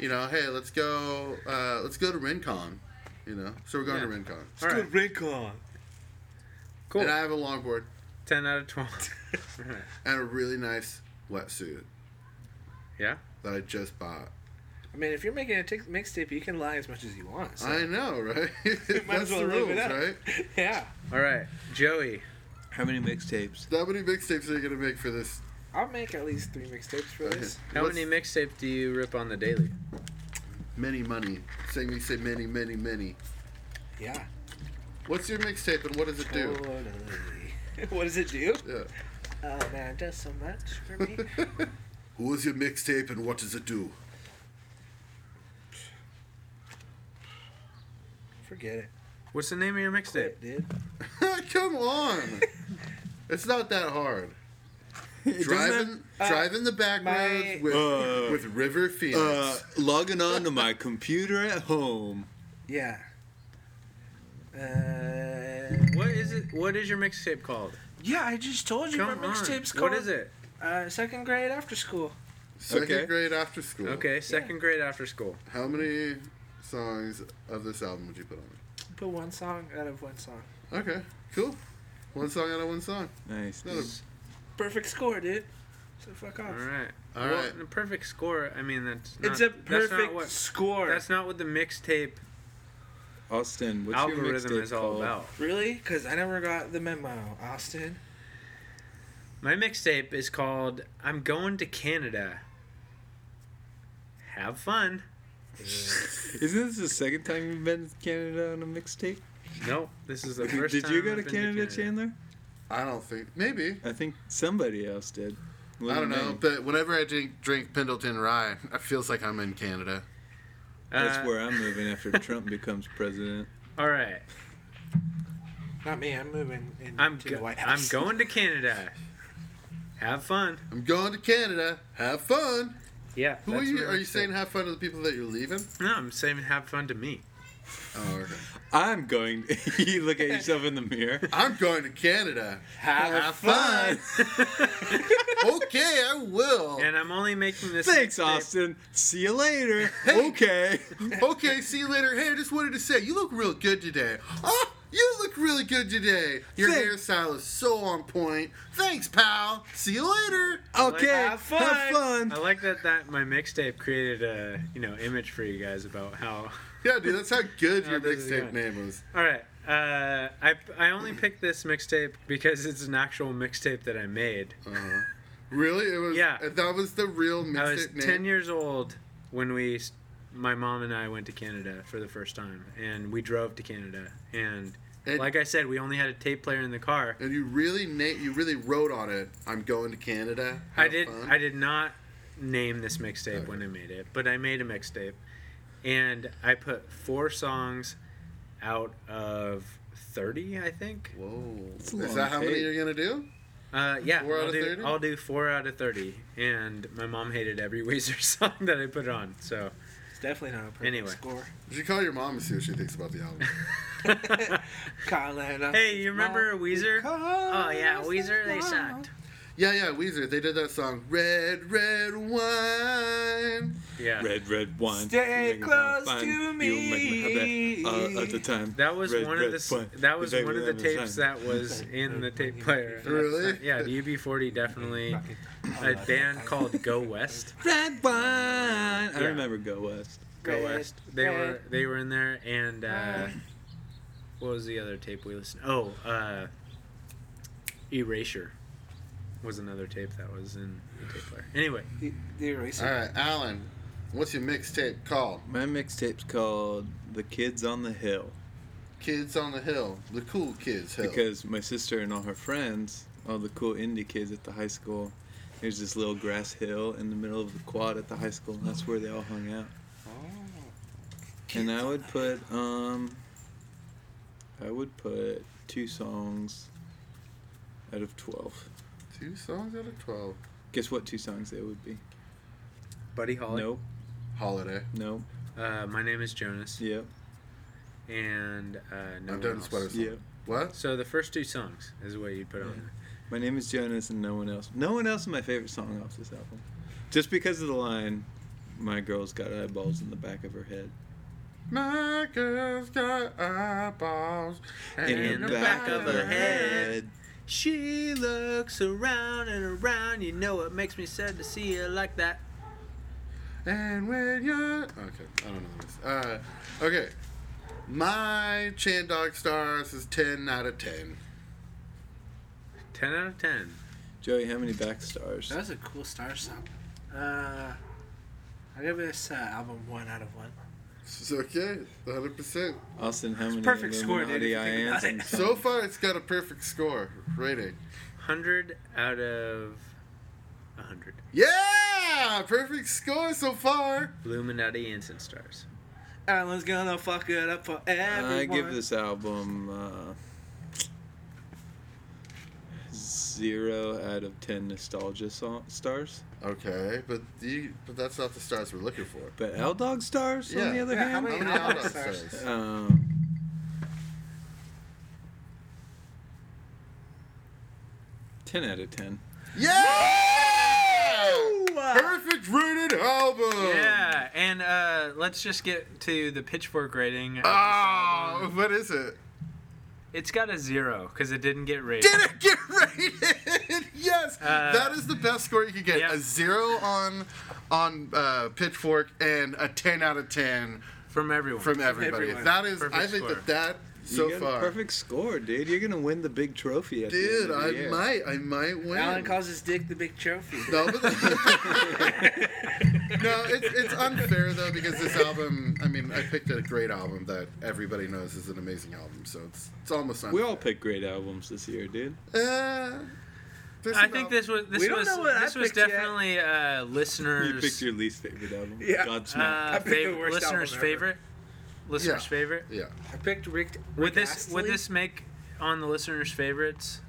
Speaker 4: you know, hey, let's go, uh, let's go to Rincon. You know, so we're going to
Speaker 1: Yeah.
Speaker 4: Rincon.
Speaker 1: All right,
Speaker 2: Rincon.
Speaker 1: cool.
Speaker 4: And I have a longboard
Speaker 1: Ten out of
Speaker 2: (laughs)
Speaker 1: twelve. All right.
Speaker 4: and a really nice wetsuit
Speaker 1: Yeah.
Speaker 4: that I just bought.
Speaker 2: I mean, if you're making a tick- mixtape, you can lie as much as you want. So.
Speaker 4: I know, right?
Speaker 2: You (laughs) might as
Speaker 4: (laughs) That's
Speaker 2: well
Speaker 4: the
Speaker 2: live
Speaker 4: rules,
Speaker 2: it up.
Speaker 4: right?
Speaker 2: (laughs) yeah.
Speaker 1: All right, Joey.
Speaker 3: How many mixtapes?
Speaker 4: How many mixtapes are you gonna make for this?
Speaker 2: I'll make at least three mixtapes for this.
Speaker 1: How
Speaker 4: What's
Speaker 1: many mixtape do you rip on the daily?
Speaker 4: many money? Saying you say many, many, many.
Speaker 2: Yeah.
Speaker 4: What's your mixtape and what does it do?
Speaker 2: Totally. (laughs) what does it do?
Speaker 4: Yeah.
Speaker 2: Oh man, it does so much for me.
Speaker 4: Who's your mixtape and what does it do? (laughs)
Speaker 2: Forget it.
Speaker 1: What's the name of your mixtape?
Speaker 2: Quit, dude.
Speaker 4: Come on. it's not that hard. Driving,
Speaker 2: uh,
Speaker 4: driving the back
Speaker 2: my-
Speaker 4: roads with,
Speaker 3: Uh,
Speaker 4: with River Phoenix.
Speaker 3: Uh, logging on to my computer at home.
Speaker 2: Yeah. Uh,
Speaker 1: What is it? What is your mixtape called?
Speaker 2: yeah, I just told you
Speaker 1: Come
Speaker 2: my
Speaker 1: on.
Speaker 2: mixtape's called.
Speaker 1: What is it?
Speaker 2: Uh, second grade after school.
Speaker 4: Second
Speaker 3: okay.
Speaker 4: grade after school.
Speaker 1: Okay, second grade after school.
Speaker 4: How many songs of this album would you put on
Speaker 2: Put one song out of one song.
Speaker 4: it? Okay, cool. One song out of one song.
Speaker 3: Nice.
Speaker 4: Not a-
Speaker 2: Perfect score, dude. So fuck off.
Speaker 1: All right.
Speaker 4: All
Speaker 1: well,
Speaker 4: right.
Speaker 1: The perfect score. I mean, that's not,
Speaker 2: It's a
Speaker 1: That's not
Speaker 2: perfect
Speaker 1: what,
Speaker 2: score.
Speaker 1: that's not what the mixtape
Speaker 3: Austin, what's your
Speaker 1: algorithm
Speaker 3: mixtape
Speaker 1: is all
Speaker 3: called?
Speaker 1: about.
Speaker 2: Really? Because I never got the memo, Austin.
Speaker 1: My mixtape is called "I'm Going to Canada." Have fun.
Speaker 3: Isn't this the second time you've been to Canada on a mixtape?
Speaker 1: Nope, this
Speaker 3: (laughs)
Speaker 1: is the
Speaker 3: Did
Speaker 1: first. time
Speaker 3: you go
Speaker 1: I've
Speaker 3: to
Speaker 1: been
Speaker 3: Canada, Chandler?
Speaker 4: I don't think. Maybe.
Speaker 3: I think somebody else did.
Speaker 4: I
Speaker 3: Wasn't
Speaker 4: don't know.
Speaker 3: me.
Speaker 4: But whenever I drink, drink Pendleton Rye, it feels like I'm in Canada.
Speaker 3: That's
Speaker 1: Uh,
Speaker 3: where I'm moving
Speaker 1: (laughs)
Speaker 3: after Trump becomes president.
Speaker 1: All right,
Speaker 2: Not me. I'm moving into
Speaker 1: I'm
Speaker 2: the
Speaker 1: go-
Speaker 2: White
Speaker 1: I'm
Speaker 2: House.
Speaker 1: going to Canada. Have fun.
Speaker 4: I'm going to Canada. Have fun.
Speaker 1: Yeah.
Speaker 4: Who
Speaker 1: that's
Speaker 4: are you?
Speaker 1: my
Speaker 4: Are you
Speaker 1: mixtape.
Speaker 4: saying have fun to the people that you're leaving?
Speaker 1: No, I'm saying have fun to
Speaker 4: (laughs)
Speaker 1: me.
Speaker 4: Oh, okay.
Speaker 3: I'm going. (laughs) you look at yourself in the mirror.
Speaker 4: I'm going to Canada.
Speaker 3: Have,
Speaker 4: fun. (laughs) okay, I will.
Speaker 1: And I'm only making this.
Speaker 3: Thanks,
Speaker 1: mixtape-
Speaker 3: Austin. See you later.
Speaker 4: Hey.
Speaker 3: Okay.
Speaker 4: okay, see you later. Hey, I just wanted to say you look real good today. Oh, you look really good today. Your
Speaker 3: Thanks.
Speaker 4: hairstyle is so on point. Thanks, pal. See you later.
Speaker 3: Okay.
Speaker 2: have fun.
Speaker 3: Have fun.
Speaker 1: I like that that my mixtape created a you know image for you guys about how.
Speaker 4: Yeah, dude, that's how good
Speaker 1: Oh,
Speaker 4: your
Speaker 1: this is
Speaker 4: mixtape
Speaker 1: good.
Speaker 4: name was.
Speaker 1: All right, uh, I I only picked this mixtape because it's an actual mixtape that I made.
Speaker 4: Uh-huh. Really? It was.
Speaker 1: Yeah.
Speaker 4: That was the real
Speaker 1: I was
Speaker 4: mixtape name.
Speaker 1: ten years old when we, s- my mom and I went to Canada for the first time, and we drove to Canada. And
Speaker 4: And-
Speaker 1: like I said, we only had a tape player in the car.
Speaker 4: and you really na- you really wrote on it. I'm going to Canada.
Speaker 1: I
Speaker 4: Have
Speaker 1: did.
Speaker 4: fun."
Speaker 1: I did not name this mixtape when I made it, but I made a mixtape, and I put four songs out of thirty, I think.
Speaker 4: Whoa.
Speaker 3: a
Speaker 4: Is
Speaker 3: long
Speaker 4: that how many
Speaker 3: tape.
Speaker 4: you're gonna do?
Speaker 1: Uh, yeah,
Speaker 4: Four
Speaker 1: I'll
Speaker 4: out of
Speaker 1: do.
Speaker 4: 30?
Speaker 1: I'll do four out of thirty, and my mom hated every (laughs) Weezer song that I put on. So, (laughs)
Speaker 2: It's definitely not a perfect
Speaker 1: Anyway.
Speaker 2: score.
Speaker 4: You should call your mom and see what she thinks about the album.
Speaker 2: Colin, uh,
Speaker 1: hey, you remember
Speaker 2: Mom,
Speaker 1: Weezer? Oh yeah,
Speaker 2: because
Speaker 1: Weezer. They
Speaker 2: it's
Speaker 1: sucked.
Speaker 4: yeah, yeah, Weezer. They did that song, Red, Red Wine.
Speaker 1: Yeah.
Speaker 3: Red, red wine.
Speaker 2: Stay
Speaker 3: You'll make
Speaker 2: close
Speaker 3: fine.
Speaker 2: to
Speaker 3: You'll make have that, uh, at the time.
Speaker 1: That was
Speaker 3: Red,
Speaker 1: one
Speaker 3: red
Speaker 1: of the
Speaker 3: wine.
Speaker 1: s- that was
Speaker 3: Exactly
Speaker 1: one of the
Speaker 3: that
Speaker 1: tapes
Speaker 3: time.
Speaker 1: that was in the tape player.
Speaker 4: Really?
Speaker 1: Yeah, the UB40 definitely a band called Go West.
Speaker 3: Red wine. I
Speaker 1: Yeah.
Speaker 3: remember Go West.
Speaker 1: Go
Speaker 2: Red,
Speaker 1: West. They were
Speaker 2: red.
Speaker 1: they were in there, and uh, what was the other tape we listened? Oh, uh, Erasure was another tape that was in the tape player. Anyway,
Speaker 2: The, the eraser.
Speaker 4: All right, Alan, what's your mixtape called?
Speaker 3: My mixtape's called The Kids on the Hill.
Speaker 4: Kids on the Hill, the cool kids hill.
Speaker 3: because my sister and all her friends, all the cool indie kids at the high school, there's this little grass hill in the middle of the quad at the high school, and that's where they all hung out. And I would put, um, I would put two songs out of 12.
Speaker 4: two songs out of twelve.
Speaker 3: Guess what two songs they would be?
Speaker 1: Buddy Holly.
Speaker 3: Nope,
Speaker 4: Holiday.
Speaker 3: nope,
Speaker 1: Uh, my name is Jonas.
Speaker 3: yep,
Speaker 1: And uh, no
Speaker 4: I'm
Speaker 1: one
Speaker 4: done
Speaker 1: else.
Speaker 4: sweaters.
Speaker 3: yep.
Speaker 4: What?
Speaker 1: So the first two songs is what you put on. there.
Speaker 3: My name is Jonas, and no one else. No one else is my favorite song off this album. Just because of the line, "My girl's got eyeballs in the back of her head."
Speaker 4: My girl's got eyeballs
Speaker 1: In the back of her head.
Speaker 3: head.
Speaker 1: She looks around and around. You know it makes me sad to see her like that.
Speaker 4: And when you're okay, I don't know this. Uh, okay, my Chan Dog Stars is ten out of ten.
Speaker 1: Ten out of ten.
Speaker 3: Joey, how many back stars?
Speaker 2: That was a cool star song. Uh, I give this uh, album one out of one.
Speaker 4: It's okay, 100. percent
Speaker 3: Austin, how many
Speaker 2: perfect score, dude, if
Speaker 3: Illuminati
Speaker 2: you think about
Speaker 3: ions?
Speaker 2: it. (laughs)
Speaker 3: and
Speaker 4: So
Speaker 3: songs?
Speaker 4: far, it's got a perfect score rating.
Speaker 1: Hundred out of a hundred.
Speaker 4: Yeah, perfect score so far.
Speaker 1: Illuminati Ensign Stars.
Speaker 2: Alan's gonna fuck it up for everyone.
Speaker 3: I give this album uh, zero out of ten nostalgia so- stars.
Speaker 4: Okay, but you, but that's not the stars we're looking for.
Speaker 3: But L Dog stars,
Speaker 4: Yeah.
Speaker 3: on the other
Speaker 2: Yeah, how
Speaker 3: hand,
Speaker 4: How many
Speaker 2: How many
Speaker 4: out of
Speaker 2: stars?
Speaker 4: stars?
Speaker 3: um, ten out of ten.
Speaker 4: Yeah! Perfect rated album.
Speaker 1: Yeah, and uh, let's just get to the pitchfork rating. of this
Speaker 4: Oh,
Speaker 1: album.
Speaker 4: what is it?
Speaker 1: It's got a zero because it didn't get rated.
Speaker 4: Did it get (laughs) rated? yes,
Speaker 1: Uh,
Speaker 4: that is the best score you could get.
Speaker 1: yeah.
Speaker 4: A zero on on uh, Pitchfork and a ten out of ten
Speaker 1: From everyone.
Speaker 4: from everybody.
Speaker 2: everyone.
Speaker 4: That is, I
Speaker 1: Perfect
Speaker 4: think
Speaker 1: score.
Speaker 4: that that so
Speaker 3: you got
Speaker 4: far,
Speaker 3: a perfect score, dude. You're gonna win the big trophy. At
Speaker 4: dude,
Speaker 3: the end of the
Speaker 4: I
Speaker 3: year.
Speaker 4: might, I might win.
Speaker 2: Alan calls his dick the big trophy.
Speaker 4: No, but (laughs) no, it's, it's unfair though because this album. I mean, I picked a great album that everybody knows is an amazing album, so it's it's almost unfair.
Speaker 3: We all picked great albums this year, dude.
Speaker 4: Uh, there's
Speaker 1: I
Speaker 4: some
Speaker 1: think
Speaker 4: al-
Speaker 1: this was this
Speaker 2: We don't
Speaker 1: was
Speaker 2: know what I
Speaker 1: this was
Speaker 2: picked yet.
Speaker 1: definitely uh, listeners.
Speaker 3: You picked your least favorite album.
Speaker 2: Yeah.
Speaker 3: Godsmack.
Speaker 1: uh,
Speaker 2: I picked the
Speaker 1: favorite,
Speaker 2: worst album
Speaker 1: listeners'
Speaker 2: ever.
Speaker 1: favorite. Listeners'
Speaker 4: Yeah.
Speaker 1: favorite.
Speaker 4: Yeah.
Speaker 2: I picked Rick.
Speaker 1: Would
Speaker 2: Rick
Speaker 1: this would
Speaker 2: Astley.
Speaker 1: this make on the listeners' favorites?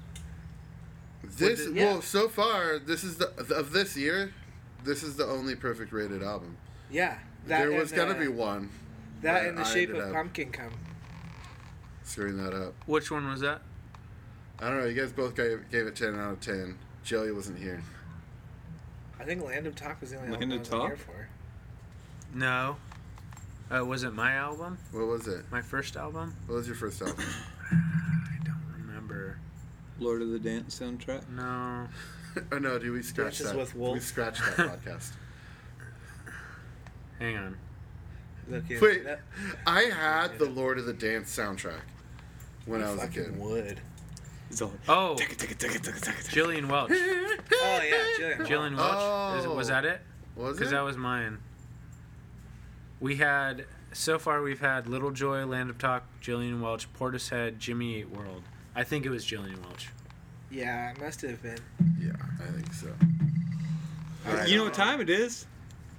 Speaker 4: This
Speaker 1: Would
Speaker 2: it-
Speaker 4: well, so far, this is the of this year. This is the only perfect rated album.
Speaker 2: Yeah.
Speaker 4: there
Speaker 2: and,
Speaker 4: was gonna
Speaker 2: uh,
Speaker 4: be one.
Speaker 2: that
Speaker 4: but
Speaker 2: in the
Speaker 4: I
Speaker 2: shape
Speaker 4: ended
Speaker 2: of
Speaker 4: up-
Speaker 2: pumpkin come.
Speaker 4: Screwing that up.
Speaker 1: Which one was that?
Speaker 4: I don't know. You guys both gave, gave it ten out of ten. Joey wasn't here.
Speaker 2: I think Land of Talk was the only
Speaker 3: Land
Speaker 2: album I
Speaker 3: of
Speaker 2: was on here
Speaker 3: Talk?
Speaker 2: for.
Speaker 1: No. Uh, was it my album?
Speaker 4: What was it?
Speaker 1: My first album?
Speaker 4: What was your first album?
Speaker 1: I don't remember.
Speaker 3: Lord of the Dance soundtrack.
Speaker 1: No.
Speaker 4: oh no, do we scratch
Speaker 2: Dances
Speaker 4: that?
Speaker 2: with Wolves.
Speaker 4: We scratched that podcast.
Speaker 1: Hang on.
Speaker 2: Look into
Speaker 4: Wait,
Speaker 2: that.
Speaker 4: I had the Lord of the Dance soundtrack when I was a
Speaker 2: fucking
Speaker 4: kid.
Speaker 2: wood.
Speaker 3: It's all.
Speaker 1: Oh,
Speaker 3: Ticka, ticka, ticka, ticka, ticka, ticka.
Speaker 1: Jillian Welch.
Speaker 2: Oh yeah, Jillian.
Speaker 1: Jillian Welch. Is, was
Speaker 4: Oh.
Speaker 1: that it?
Speaker 4: Was it?
Speaker 1: Because that was mine. We had so far we've had Little Joy, Land of Talk, Jillian Welch, Portishead, Jimmy Eat World. I think it was Jillian Welch.
Speaker 2: Yeah, it must have been.
Speaker 4: yeah, I think so.
Speaker 2: Alright.
Speaker 3: You know what time it is?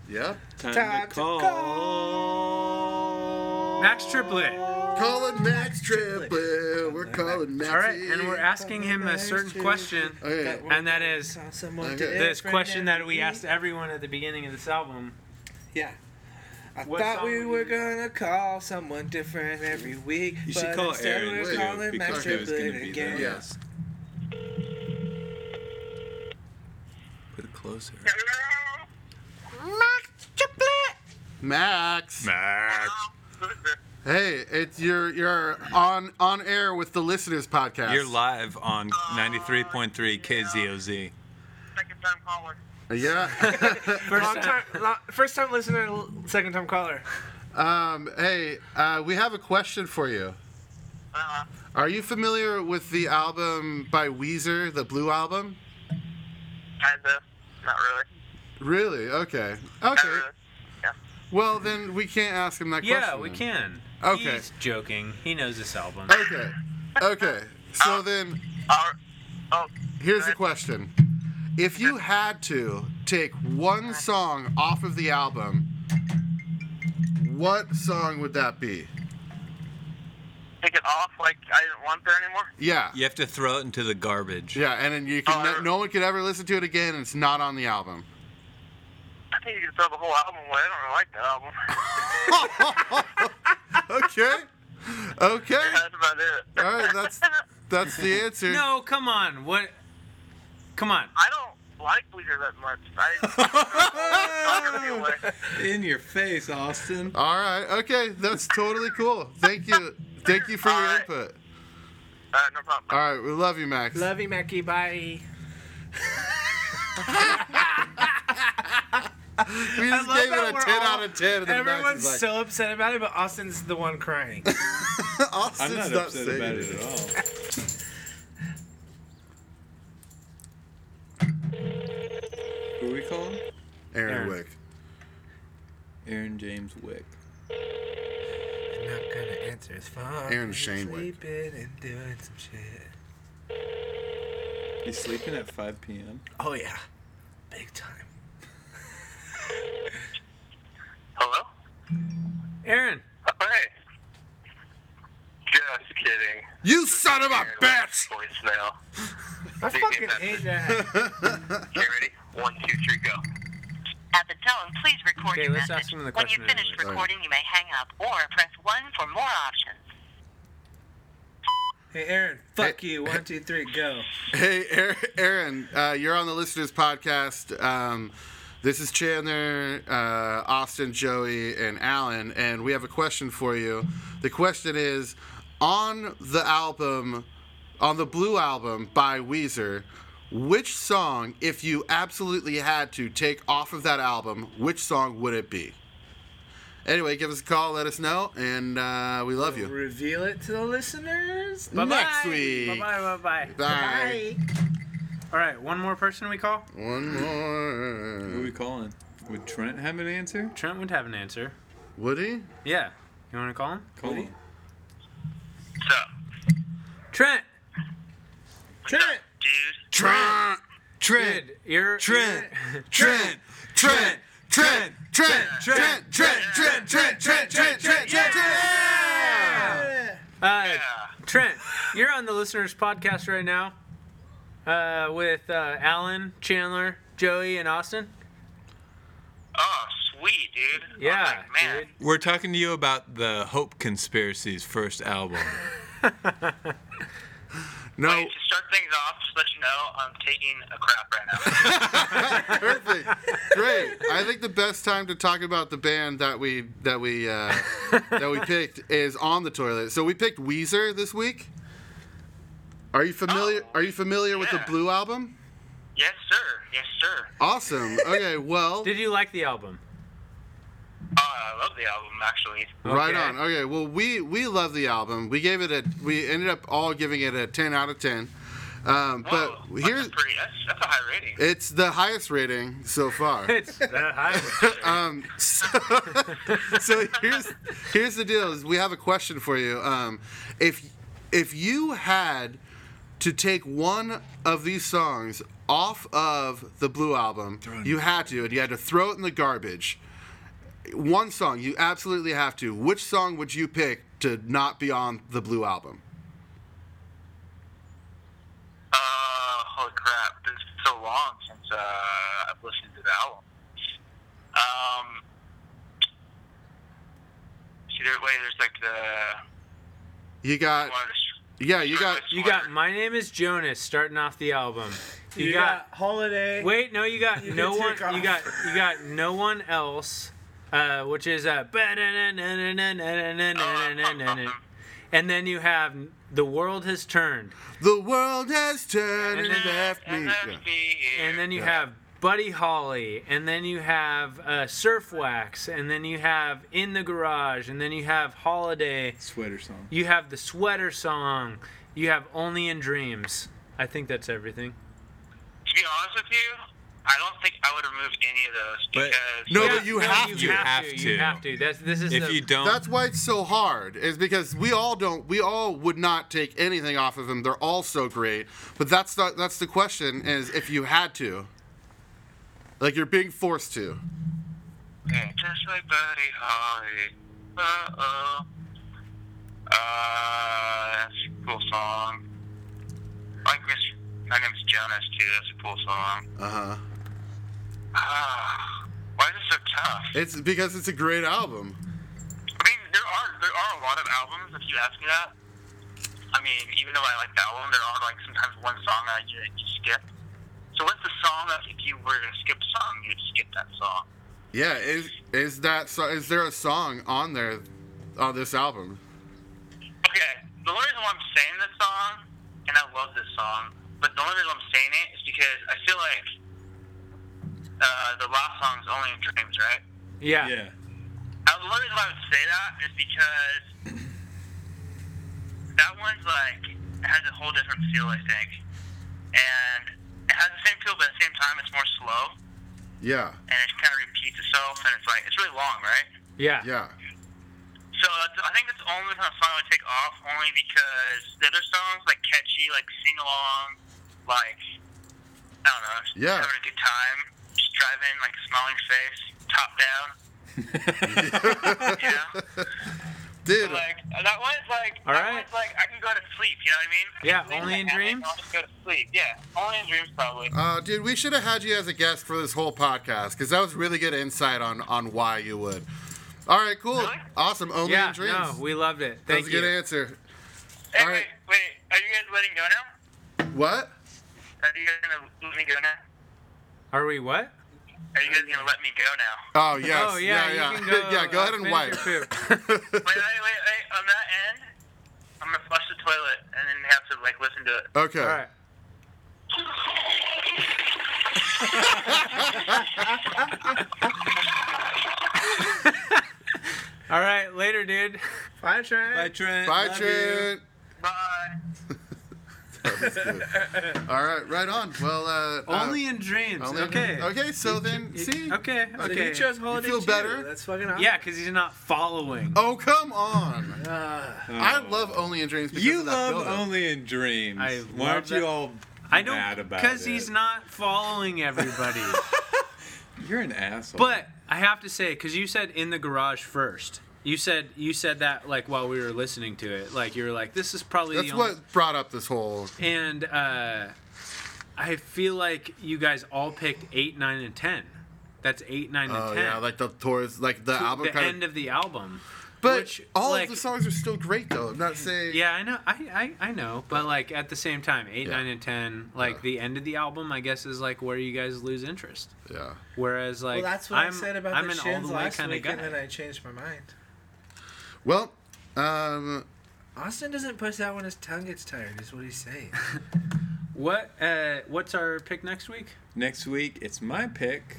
Speaker 4: Yep.
Speaker 3: Time,
Speaker 2: Time
Speaker 3: to
Speaker 2: to
Speaker 3: call.
Speaker 1: Max Triplet.
Speaker 4: Calling Max Triplett. We're calling Max.
Speaker 1: All right, and we're asking him a certain question,
Speaker 4: Okay.
Speaker 1: and that is
Speaker 2: Saw someone
Speaker 4: Okay.
Speaker 2: different
Speaker 1: this question that we
Speaker 2: every
Speaker 1: asked everyone at the beginning of this album.
Speaker 2: Yeah. I
Speaker 1: What
Speaker 2: thought
Speaker 1: song
Speaker 2: we
Speaker 1: would
Speaker 2: were
Speaker 1: you-
Speaker 2: gonna call someone different every week.
Speaker 3: You should
Speaker 2: but
Speaker 3: call
Speaker 2: instead
Speaker 3: Aaron
Speaker 2: we're
Speaker 4: too,
Speaker 2: calling
Speaker 3: because
Speaker 2: Max
Speaker 3: he was gonna
Speaker 2: Triplett
Speaker 3: be
Speaker 2: again.
Speaker 3: there.
Speaker 4: Yeah.
Speaker 3: Put it closer.
Speaker 4: Max. Max. Hey, it's you're you're on on air with the listeners podcast.
Speaker 6: You're live on 93.3 KZOZ.
Speaker 7: second time caller.
Speaker 4: Yeah.
Speaker 2: First time, lo- first time listener, l- second time (laughs) caller.
Speaker 4: um. Hey, uh, we have a question for you.
Speaker 7: Uh,
Speaker 4: Are you familiar with the album by Weezer, the Blue Album?
Speaker 7: kinda. Not really.
Speaker 4: Really? Okay.
Speaker 7: Not
Speaker 4: Okay.
Speaker 7: really. Yeah.
Speaker 4: Well, then we can't ask him that question.
Speaker 1: Yeah, we
Speaker 4: then.
Speaker 1: can.
Speaker 4: Okay.
Speaker 1: He's joking. He knows this album.
Speaker 4: Okay. Okay. So then
Speaker 7: All right. Oh,
Speaker 4: here's the
Speaker 7: go ahead.
Speaker 4: question. If you had to take one song off of the album, what song would that be?
Speaker 7: Take it off like I didn't want there anymore?
Speaker 4: Yeah.
Speaker 6: You have to throw it into the garbage.
Speaker 4: Yeah, and then you can
Speaker 7: Oh,
Speaker 4: no,
Speaker 7: I-
Speaker 4: no one could ever listen to it again and it's not on the album.
Speaker 7: I think you can throw the whole album away. I don't really like that album.
Speaker 1: (laughs)
Speaker 7: (laughs)
Speaker 4: okay. Okay.
Speaker 7: That's about it.
Speaker 4: (laughs) All right,
Speaker 7: (laughs)
Speaker 4: that's
Speaker 1: (laughs)
Speaker 4: that's the answer.
Speaker 1: No, come on. What? Come on.
Speaker 7: I don't like Bleeder that much.
Speaker 4: (laughs)
Speaker 7: I, I'm gonna be away.
Speaker 3: In your face, Austin.
Speaker 4: All right. Okay, that's totally cool. Thank you. Thank you for
Speaker 7: All
Speaker 4: your
Speaker 7: right.
Speaker 4: input.
Speaker 7: Uh, no problem.
Speaker 4: All right, we love you, Max.
Speaker 2: Love you, Mackie. Bye.
Speaker 4: we just
Speaker 2: love
Speaker 4: gave
Speaker 2: that
Speaker 4: it
Speaker 2: we're
Speaker 4: a 10
Speaker 2: all-
Speaker 4: out of 10 and then Max
Speaker 2: Everyone's
Speaker 4: is like,
Speaker 2: so upset about it, but Austin's the one (laughs) crying.
Speaker 4: (laughs) Austin's
Speaker 3: I'm not
Speaker 4: not
Speaker 3: upset
Speaker 4: saying
Speaker 3: about
Speaker 4: it.
Speaker 3: it at all. Who are we calling?
Speaker 4: Aaron,
Speaker 1: Aaron.
Speaker 4: Wick.
Speaker 3: Aaron James Wick.
Speaker 2: I'm not gonna answer his phone.
Speaker 4: Aaron
Speaker 2: He's
Speaker 4: Shanewick.
Speaker 2: Sleeping and doing some shit.
Speaker 3: He's sleeping at 5 p.m.
Speaker 2: Oh yeah, big time.
Speaker 7: Hello?
Speaker 1: Aaron.
Speaker 7: Hey. Just kidding.
Speaker 4: You son of a bitch!
Speaker 7: Voicemail.
Speaker 2: I fucking hate that.
Speaker 7: Okay, ready? One, two, three, go.
Speaker 8: At the tone, please record
Speaker 1: Okay,
Speaker 8: your
Speaker 1: let's
Speaker 8: message.
Speaker 1: ask him the
Speaker 8: when
Speaker 1: question
Speaker 8: you've finished
Speaker 1: anyway.
Speaker 8: recording, you may hang up or press 1 for more options.
Speaker 2: Hey Aaron, fuck you. One, two, three, go.
Speaker 4: Hey, Aaron, Aaron uh, you're on the Listeners Podcast. Um, this is Chandler, uh, Austin, Joey, and Alan, and we have a question for you. The question is on the album, on the Blue album by Weezer, which song, if you absolutely had to take off of that album, which song would it be? Anyway, give us a call, let us know, and uh, we love you.
Speaker 2: Reveal it to the listeners.
Speaker 4: Next week.
Speaker 1: Bye bye bye bye.
Speaker 4: Bye.
Speaker 1: All right, one more person we call.
Speaker 4: One more.
Speaker 3: Who are we calling? Would Trent have an answer?
Speaker 1: Trent would have an answer.
Speaker 4: Woody?
Speaker 1: Yeah. You want to call him?
Speaker 3: Call him.
Speaker 7: So,
Speaker 1: Trent.
Speaker 2: Trent.
Speaker 7: dude,
Speaker 4: Trent!
Speaker 6: Trent,
Speaker 1: Dude, you're
Speaker 6: Trent,
Speaker 1: you're- (laughs)
Speaker 6: Trent, Trent, Trent,
Speaker 4: Trent! Trent! Trent! Trent! Trent! Trent! Trent! Trent! Trent!
Speaker 1: uh,
Speaker 7: yeah.
Speaker 1: Trent, you're on the listeners podcast right now uh, with uh, Alan, Chandler, Joey, and Austin.
Speaker 7: Oh, sweet, dude.
Speaker 1: Yeah,
Speaker 7: I was like, man.
Speaker 1: dude.
Speaker 6: We're talking to you about the Hope Conspiracy's first album.
Speaker 4: No,
Speaker 7: Wait, to start things off, just let you know I'm taking a
Speaker 1: (laughs)
Speaker 7: crap right now.
Speaker 4: perfect. Great. I think the best time to talk about the band that we that we uh, that we picked is on the toilet. So we picked Weezer this week. Are you familiar
Speaker 7: Oh,
Speaker 4: are you familiar with the
Speaker 7: yeah.
Speaker 4: Blue album?
Speaker 7: yes, sir. Yes, sir.
Speaker 4: Awesome. Okay, well
Speaker 1: Did you like the album?
Speaker 7: Oh, I love the album, actually.
Speaker 4: Right
Speaker 1: Okay.
Speaker 4: on. Okay. Well, we we love the album. We gave it a. We ended up all giving it a ten out of ten. Um, but
Speaker 7: Whoa,
Speaker 4: here's
Speaker 7: that's a pretty. That's, that's a high rating.
Speaker 4: it's the highest rating so far.
Speaker 1: It's that high.
Speaker 4: um, so, (laughs) so here's here's the deal: is we have a question for you. Um, if if you had to take one of these songs off of the Blue album, you had to, and you had to throw it in the garbage. One song you absolutely have to. Which song would you pick to not be on the Blue album?
Speaker 7: Uh, holy crap! It's been so long since uh, I've listened to the album. Um, see, there, wait, there's like the
Speaker 4: You got
Speaker 7: one of the. sh-
Speaker 4: yeah, Uh, you got
Speaker 1: (laughs)
Speaker 7: shortest
Speaker 1: You
Speaker 7: one.
Speaker 1: got my name is Jonas starting off the album. You, got,
Speaker 2: holiday.
Speaker 1: wait no you got
Speaker 2: You
Speaker 1: no
Speaker 2: can
Speaker 1: one
Speaker 2: take
Speaker 1: you
Speaker 2: off.
Speaker 1: got you got no one else, uh, which is uh,
Speaker 7: Oh, that's
Speaker 1: a
Speaker 7: awesome.
Speaker 1: and then you have the world has turned
Speaker 4: the world has turned
Speaker 1: And
Speaker 4: and,
Speaker 1: then-
Speaker 4: left
Speaker 7: (laughs)
Speaker 4: me.
Speaker 7: And
Speaker 4: Yeah.
Speaker 7: then be here.
Speaker 1: and then you have Buddy Holly, and then you have uh, Surf Wax, and then you have In the Garage, and then you have Holiday.
Speaker 3: (laughs) Sweater song.
Speaker 1: You have the sweater song. You have Only in Dreams. I think that's everything.
Speaker 7: to be honest with you, I don't think I would remove any of those
Speaker 6: But-
Speaker 7: because
Speaker 4: No,
Speaker 6: Yeah,
Speaker 4: but you have to.
Speaker 6: You have to.
Speaker 9: You have to. That's this is
Speaker 6: If
Speaker 9: the,
Speaker 6: you don't,
Speaker 4: That's why it's so hard. Is because we all don't. We all would not take anything off of them. They're all so great. But that's the that's the question. Is if you had to. Like you're being forced to.
Speaker 7: just like Buddy Holly. Uh oh. Uh, that's a cool song. I like Miss. My name's Jonas too. That's a cool song.
Speaker 4: Uh huh.
Speaker 7: Ah, why is it so tough?
Speaker 4: It's because it's a great album.
Speaker 7: I mean, there are there are a lot of albums. If you ask me that, I mean, even though I like that one, there are like sometimes one song that you, you skip. So what's the song that if you were to skip a song, you'd skip that song?
Speaker 4: Yeah. Is is that so? Is there a song on there, on this album?
Speaker 7: Okay, the only reason why I'm saying this song, and I love this song, but the only reason I'm saying it is because I feel like uh, the last song's only in dreams, right?
Speaker 9: yeah.
Speaker 3: Yeah.
Speaker 7: I the only reason why I would say that is because that one's like it has a whole different feel, I think, and it has the same feel, but at the same time, it's more slow
Speaker 4: Yeah.
Speaker 7: and it kind of repeats itself, and it's like it's really long, right?
Speaker 9: yeah,
Speaker 4: Yeah.
Speaker 7: So that's, I think that's the only kind of song I would take off, only because the other songs like catchy, like sing along, like I don't know, just
Speaker 4: Yeah.
Speaker 7: having a good time, just driving, like smiling face, top down, you know.
Speaker 4: Dude.
Speaker 7: like that one's like
Speaker 9: All
Speaker 7: that
Speaker 9: right.
Speaker 7: one's like I can go to sleep. You know what I mean? I can
Speaker 9: Yeah,
Speaker 7: leave
Speaker 9: only
Speaker 7: my
Speaker 9: in
Speaker 7: attic,
Speaker 9: dreams?
Speaker 7: I'll just go to sleep. Yeah, only in dreams probably.
Speaker 4: Uh, dude, we should have had you as a guest for this whole podcast because that was really good insight on on why you would. All right, cool,
Speaker 7: Really?
Speaker 4: awesome. Only
Speaker 9: yeah.
Speaker 4: in dreams.
Speaker 9: No, we loved it.
Speaker 4: that was
Speaker 9: Thank
Speaker 4: a
Speaker 9: you.
Speaker 4: good answer.
Speaker 7: Hey,
Speaker 4: all right.
Speaker 7: wait, wait, are you guys letting go now?
Speaker 4: What?
Speaker 7: Are you guys gonna let me go now?
Speaker 9: Are we what?
Speaker 7: Are you guys gonna let me go now?
Speaker 4: Oh yes.
Speaker 9: oh yeah,
Speaker 4: yeah. (laughs)
Speaker 9: You can go,
Speaker 4: yeah, go
Speaker 9: uh,
Speaker 4: ahead and
Speaker 9: finish
Speaker 4: wipe.
Speaker 9: your poop.
Speaker 7: wait, wait, wait, wait. On that end, I'm gonna flush the toilet and then have to like listen to it.
Speaker 4: (laughs) okay.
Speaker 9: All
Speaker 1: (laughs)
Speaker 9: right. All right, later, dude.
Speaker 2: Bye, Trent.
Speaker 3: Bye, Trent.
Speaker 4: Bye,
Speaker 3: Love you.
Speaker 4: Trent.
Speaker 7: Bye.
Speaker 4: All right, right on. Well, uh,
Speaker 1: Only in dreams.
Speaker 4: uh, only in
Speaker 1: okay.
Speaker 4: dreams. Okay, so then see.
Speaker 1: Okay.
Speaker 2: So
Speaker 1: Okay.
Speaker 2: He chose holiday.
Speaker 4: feel
Speaker 2: too.
Speaker 4: better?
Speaker 2: That's fucking awesome.
Speaker 1: yeah, because he's not following.
Speaker 4: Oh come on!
Speaker 2: Ah,
Speaker 4: I love Only in Dreams. Because
Speaker 3: Oh. You
Speaker 4: of that
Speaker 3: love
Speaker 4: buildup.
Speaker 3: only in dreams.
Speaker 1: I
Speaker 3: Why aren't
Speaker 1: love that-
Speaker 3: you all
Speaker 1: I don't
Speaker 3: mad about it?
Speaker 1: because he's not following
Speaker 4: (laughs)
Speaker 1: everybody.
Speaker 3: You're an asshole.
Speaker 1: but I have to say, because you said in the garage first. You said you said that like while we were listening to it, like you were like, "This is probably
Speaker 4: That's
Speaker 1: the only
Speaker 4: what brought up this whole.
Speaker 1: And uh, I feel like you guys all picked eight, nine, and ten. That's eight, nine,
Speaker 4: Oh
Speaker 1: and ten.
Speaker 4: yeah, like the towards, like the album
Speaker 1: the
Speaker 4: kind
Speaker 1: end of the album.
Speaker 4: But
Speaker 1: which,
Speaker 4: all
Speaker 1: like-
Speaker 4: of the songs are still great though. I'm not saying.
Speaker 1: Yeah, I know. I, I, I know. But like at the same time, eight,
Speaker 4: Yeah.
Speaker 1: nine, and ten. Like the end of the album, I guess, is like where you guys lose interest.
Speaker 4: Yeah.
Speaker 1: Whereas like
Speaker 2: well, that's what i
Speaker 1: I'm,
Speaker 2: said about
Speaker 1: I'm
Speaker 2: the
Speaker 1: an all
Speaker 2: shins
Speaker 1: the way
Speaker 2: last
Speaker 1: kind of
Speaker 2: week,
Speaker 1: guy.
Speaker 2: and then I changed my mind.
Speaker 4: Well, um,
Speaker 2: Austin doesn't push that when his tongue gets tired. Is what he's saying.
Speaker 1: What uh, what's our pick next week?
Speaker 3: Next week, it's my pick.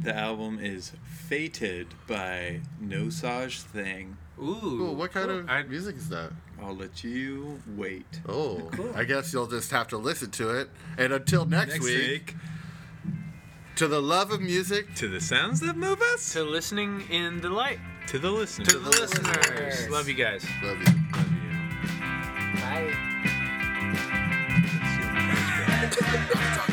Speaker 3: The album is Fated by No Saj Thing.
Speaker 1: Ooh.
Speaker 4: cool. What kind
Speaker 1: cool.
Speaker 4: of
Speaker 1: I-
Speaker 4: music is that?
Speaker 3: I'll let you wait.
Speaker 4: Oh, I guess you'll just have to listen to it. And until next,
Speaker 3: Next
Speaker 4: week,
Speaker 3: week,
Speaker 4: to the love of music,
Speaker 3: to the sounds that move us,
Speaker 1: to listening in the light
Speaker 3: to the listener.
Speaker 1: to the listeners. Love you guys.
Speaker 4: love you.
Speaker 3: Love you.
Speaker 2: Bye.
Speaker 3: Let's see what the next guy-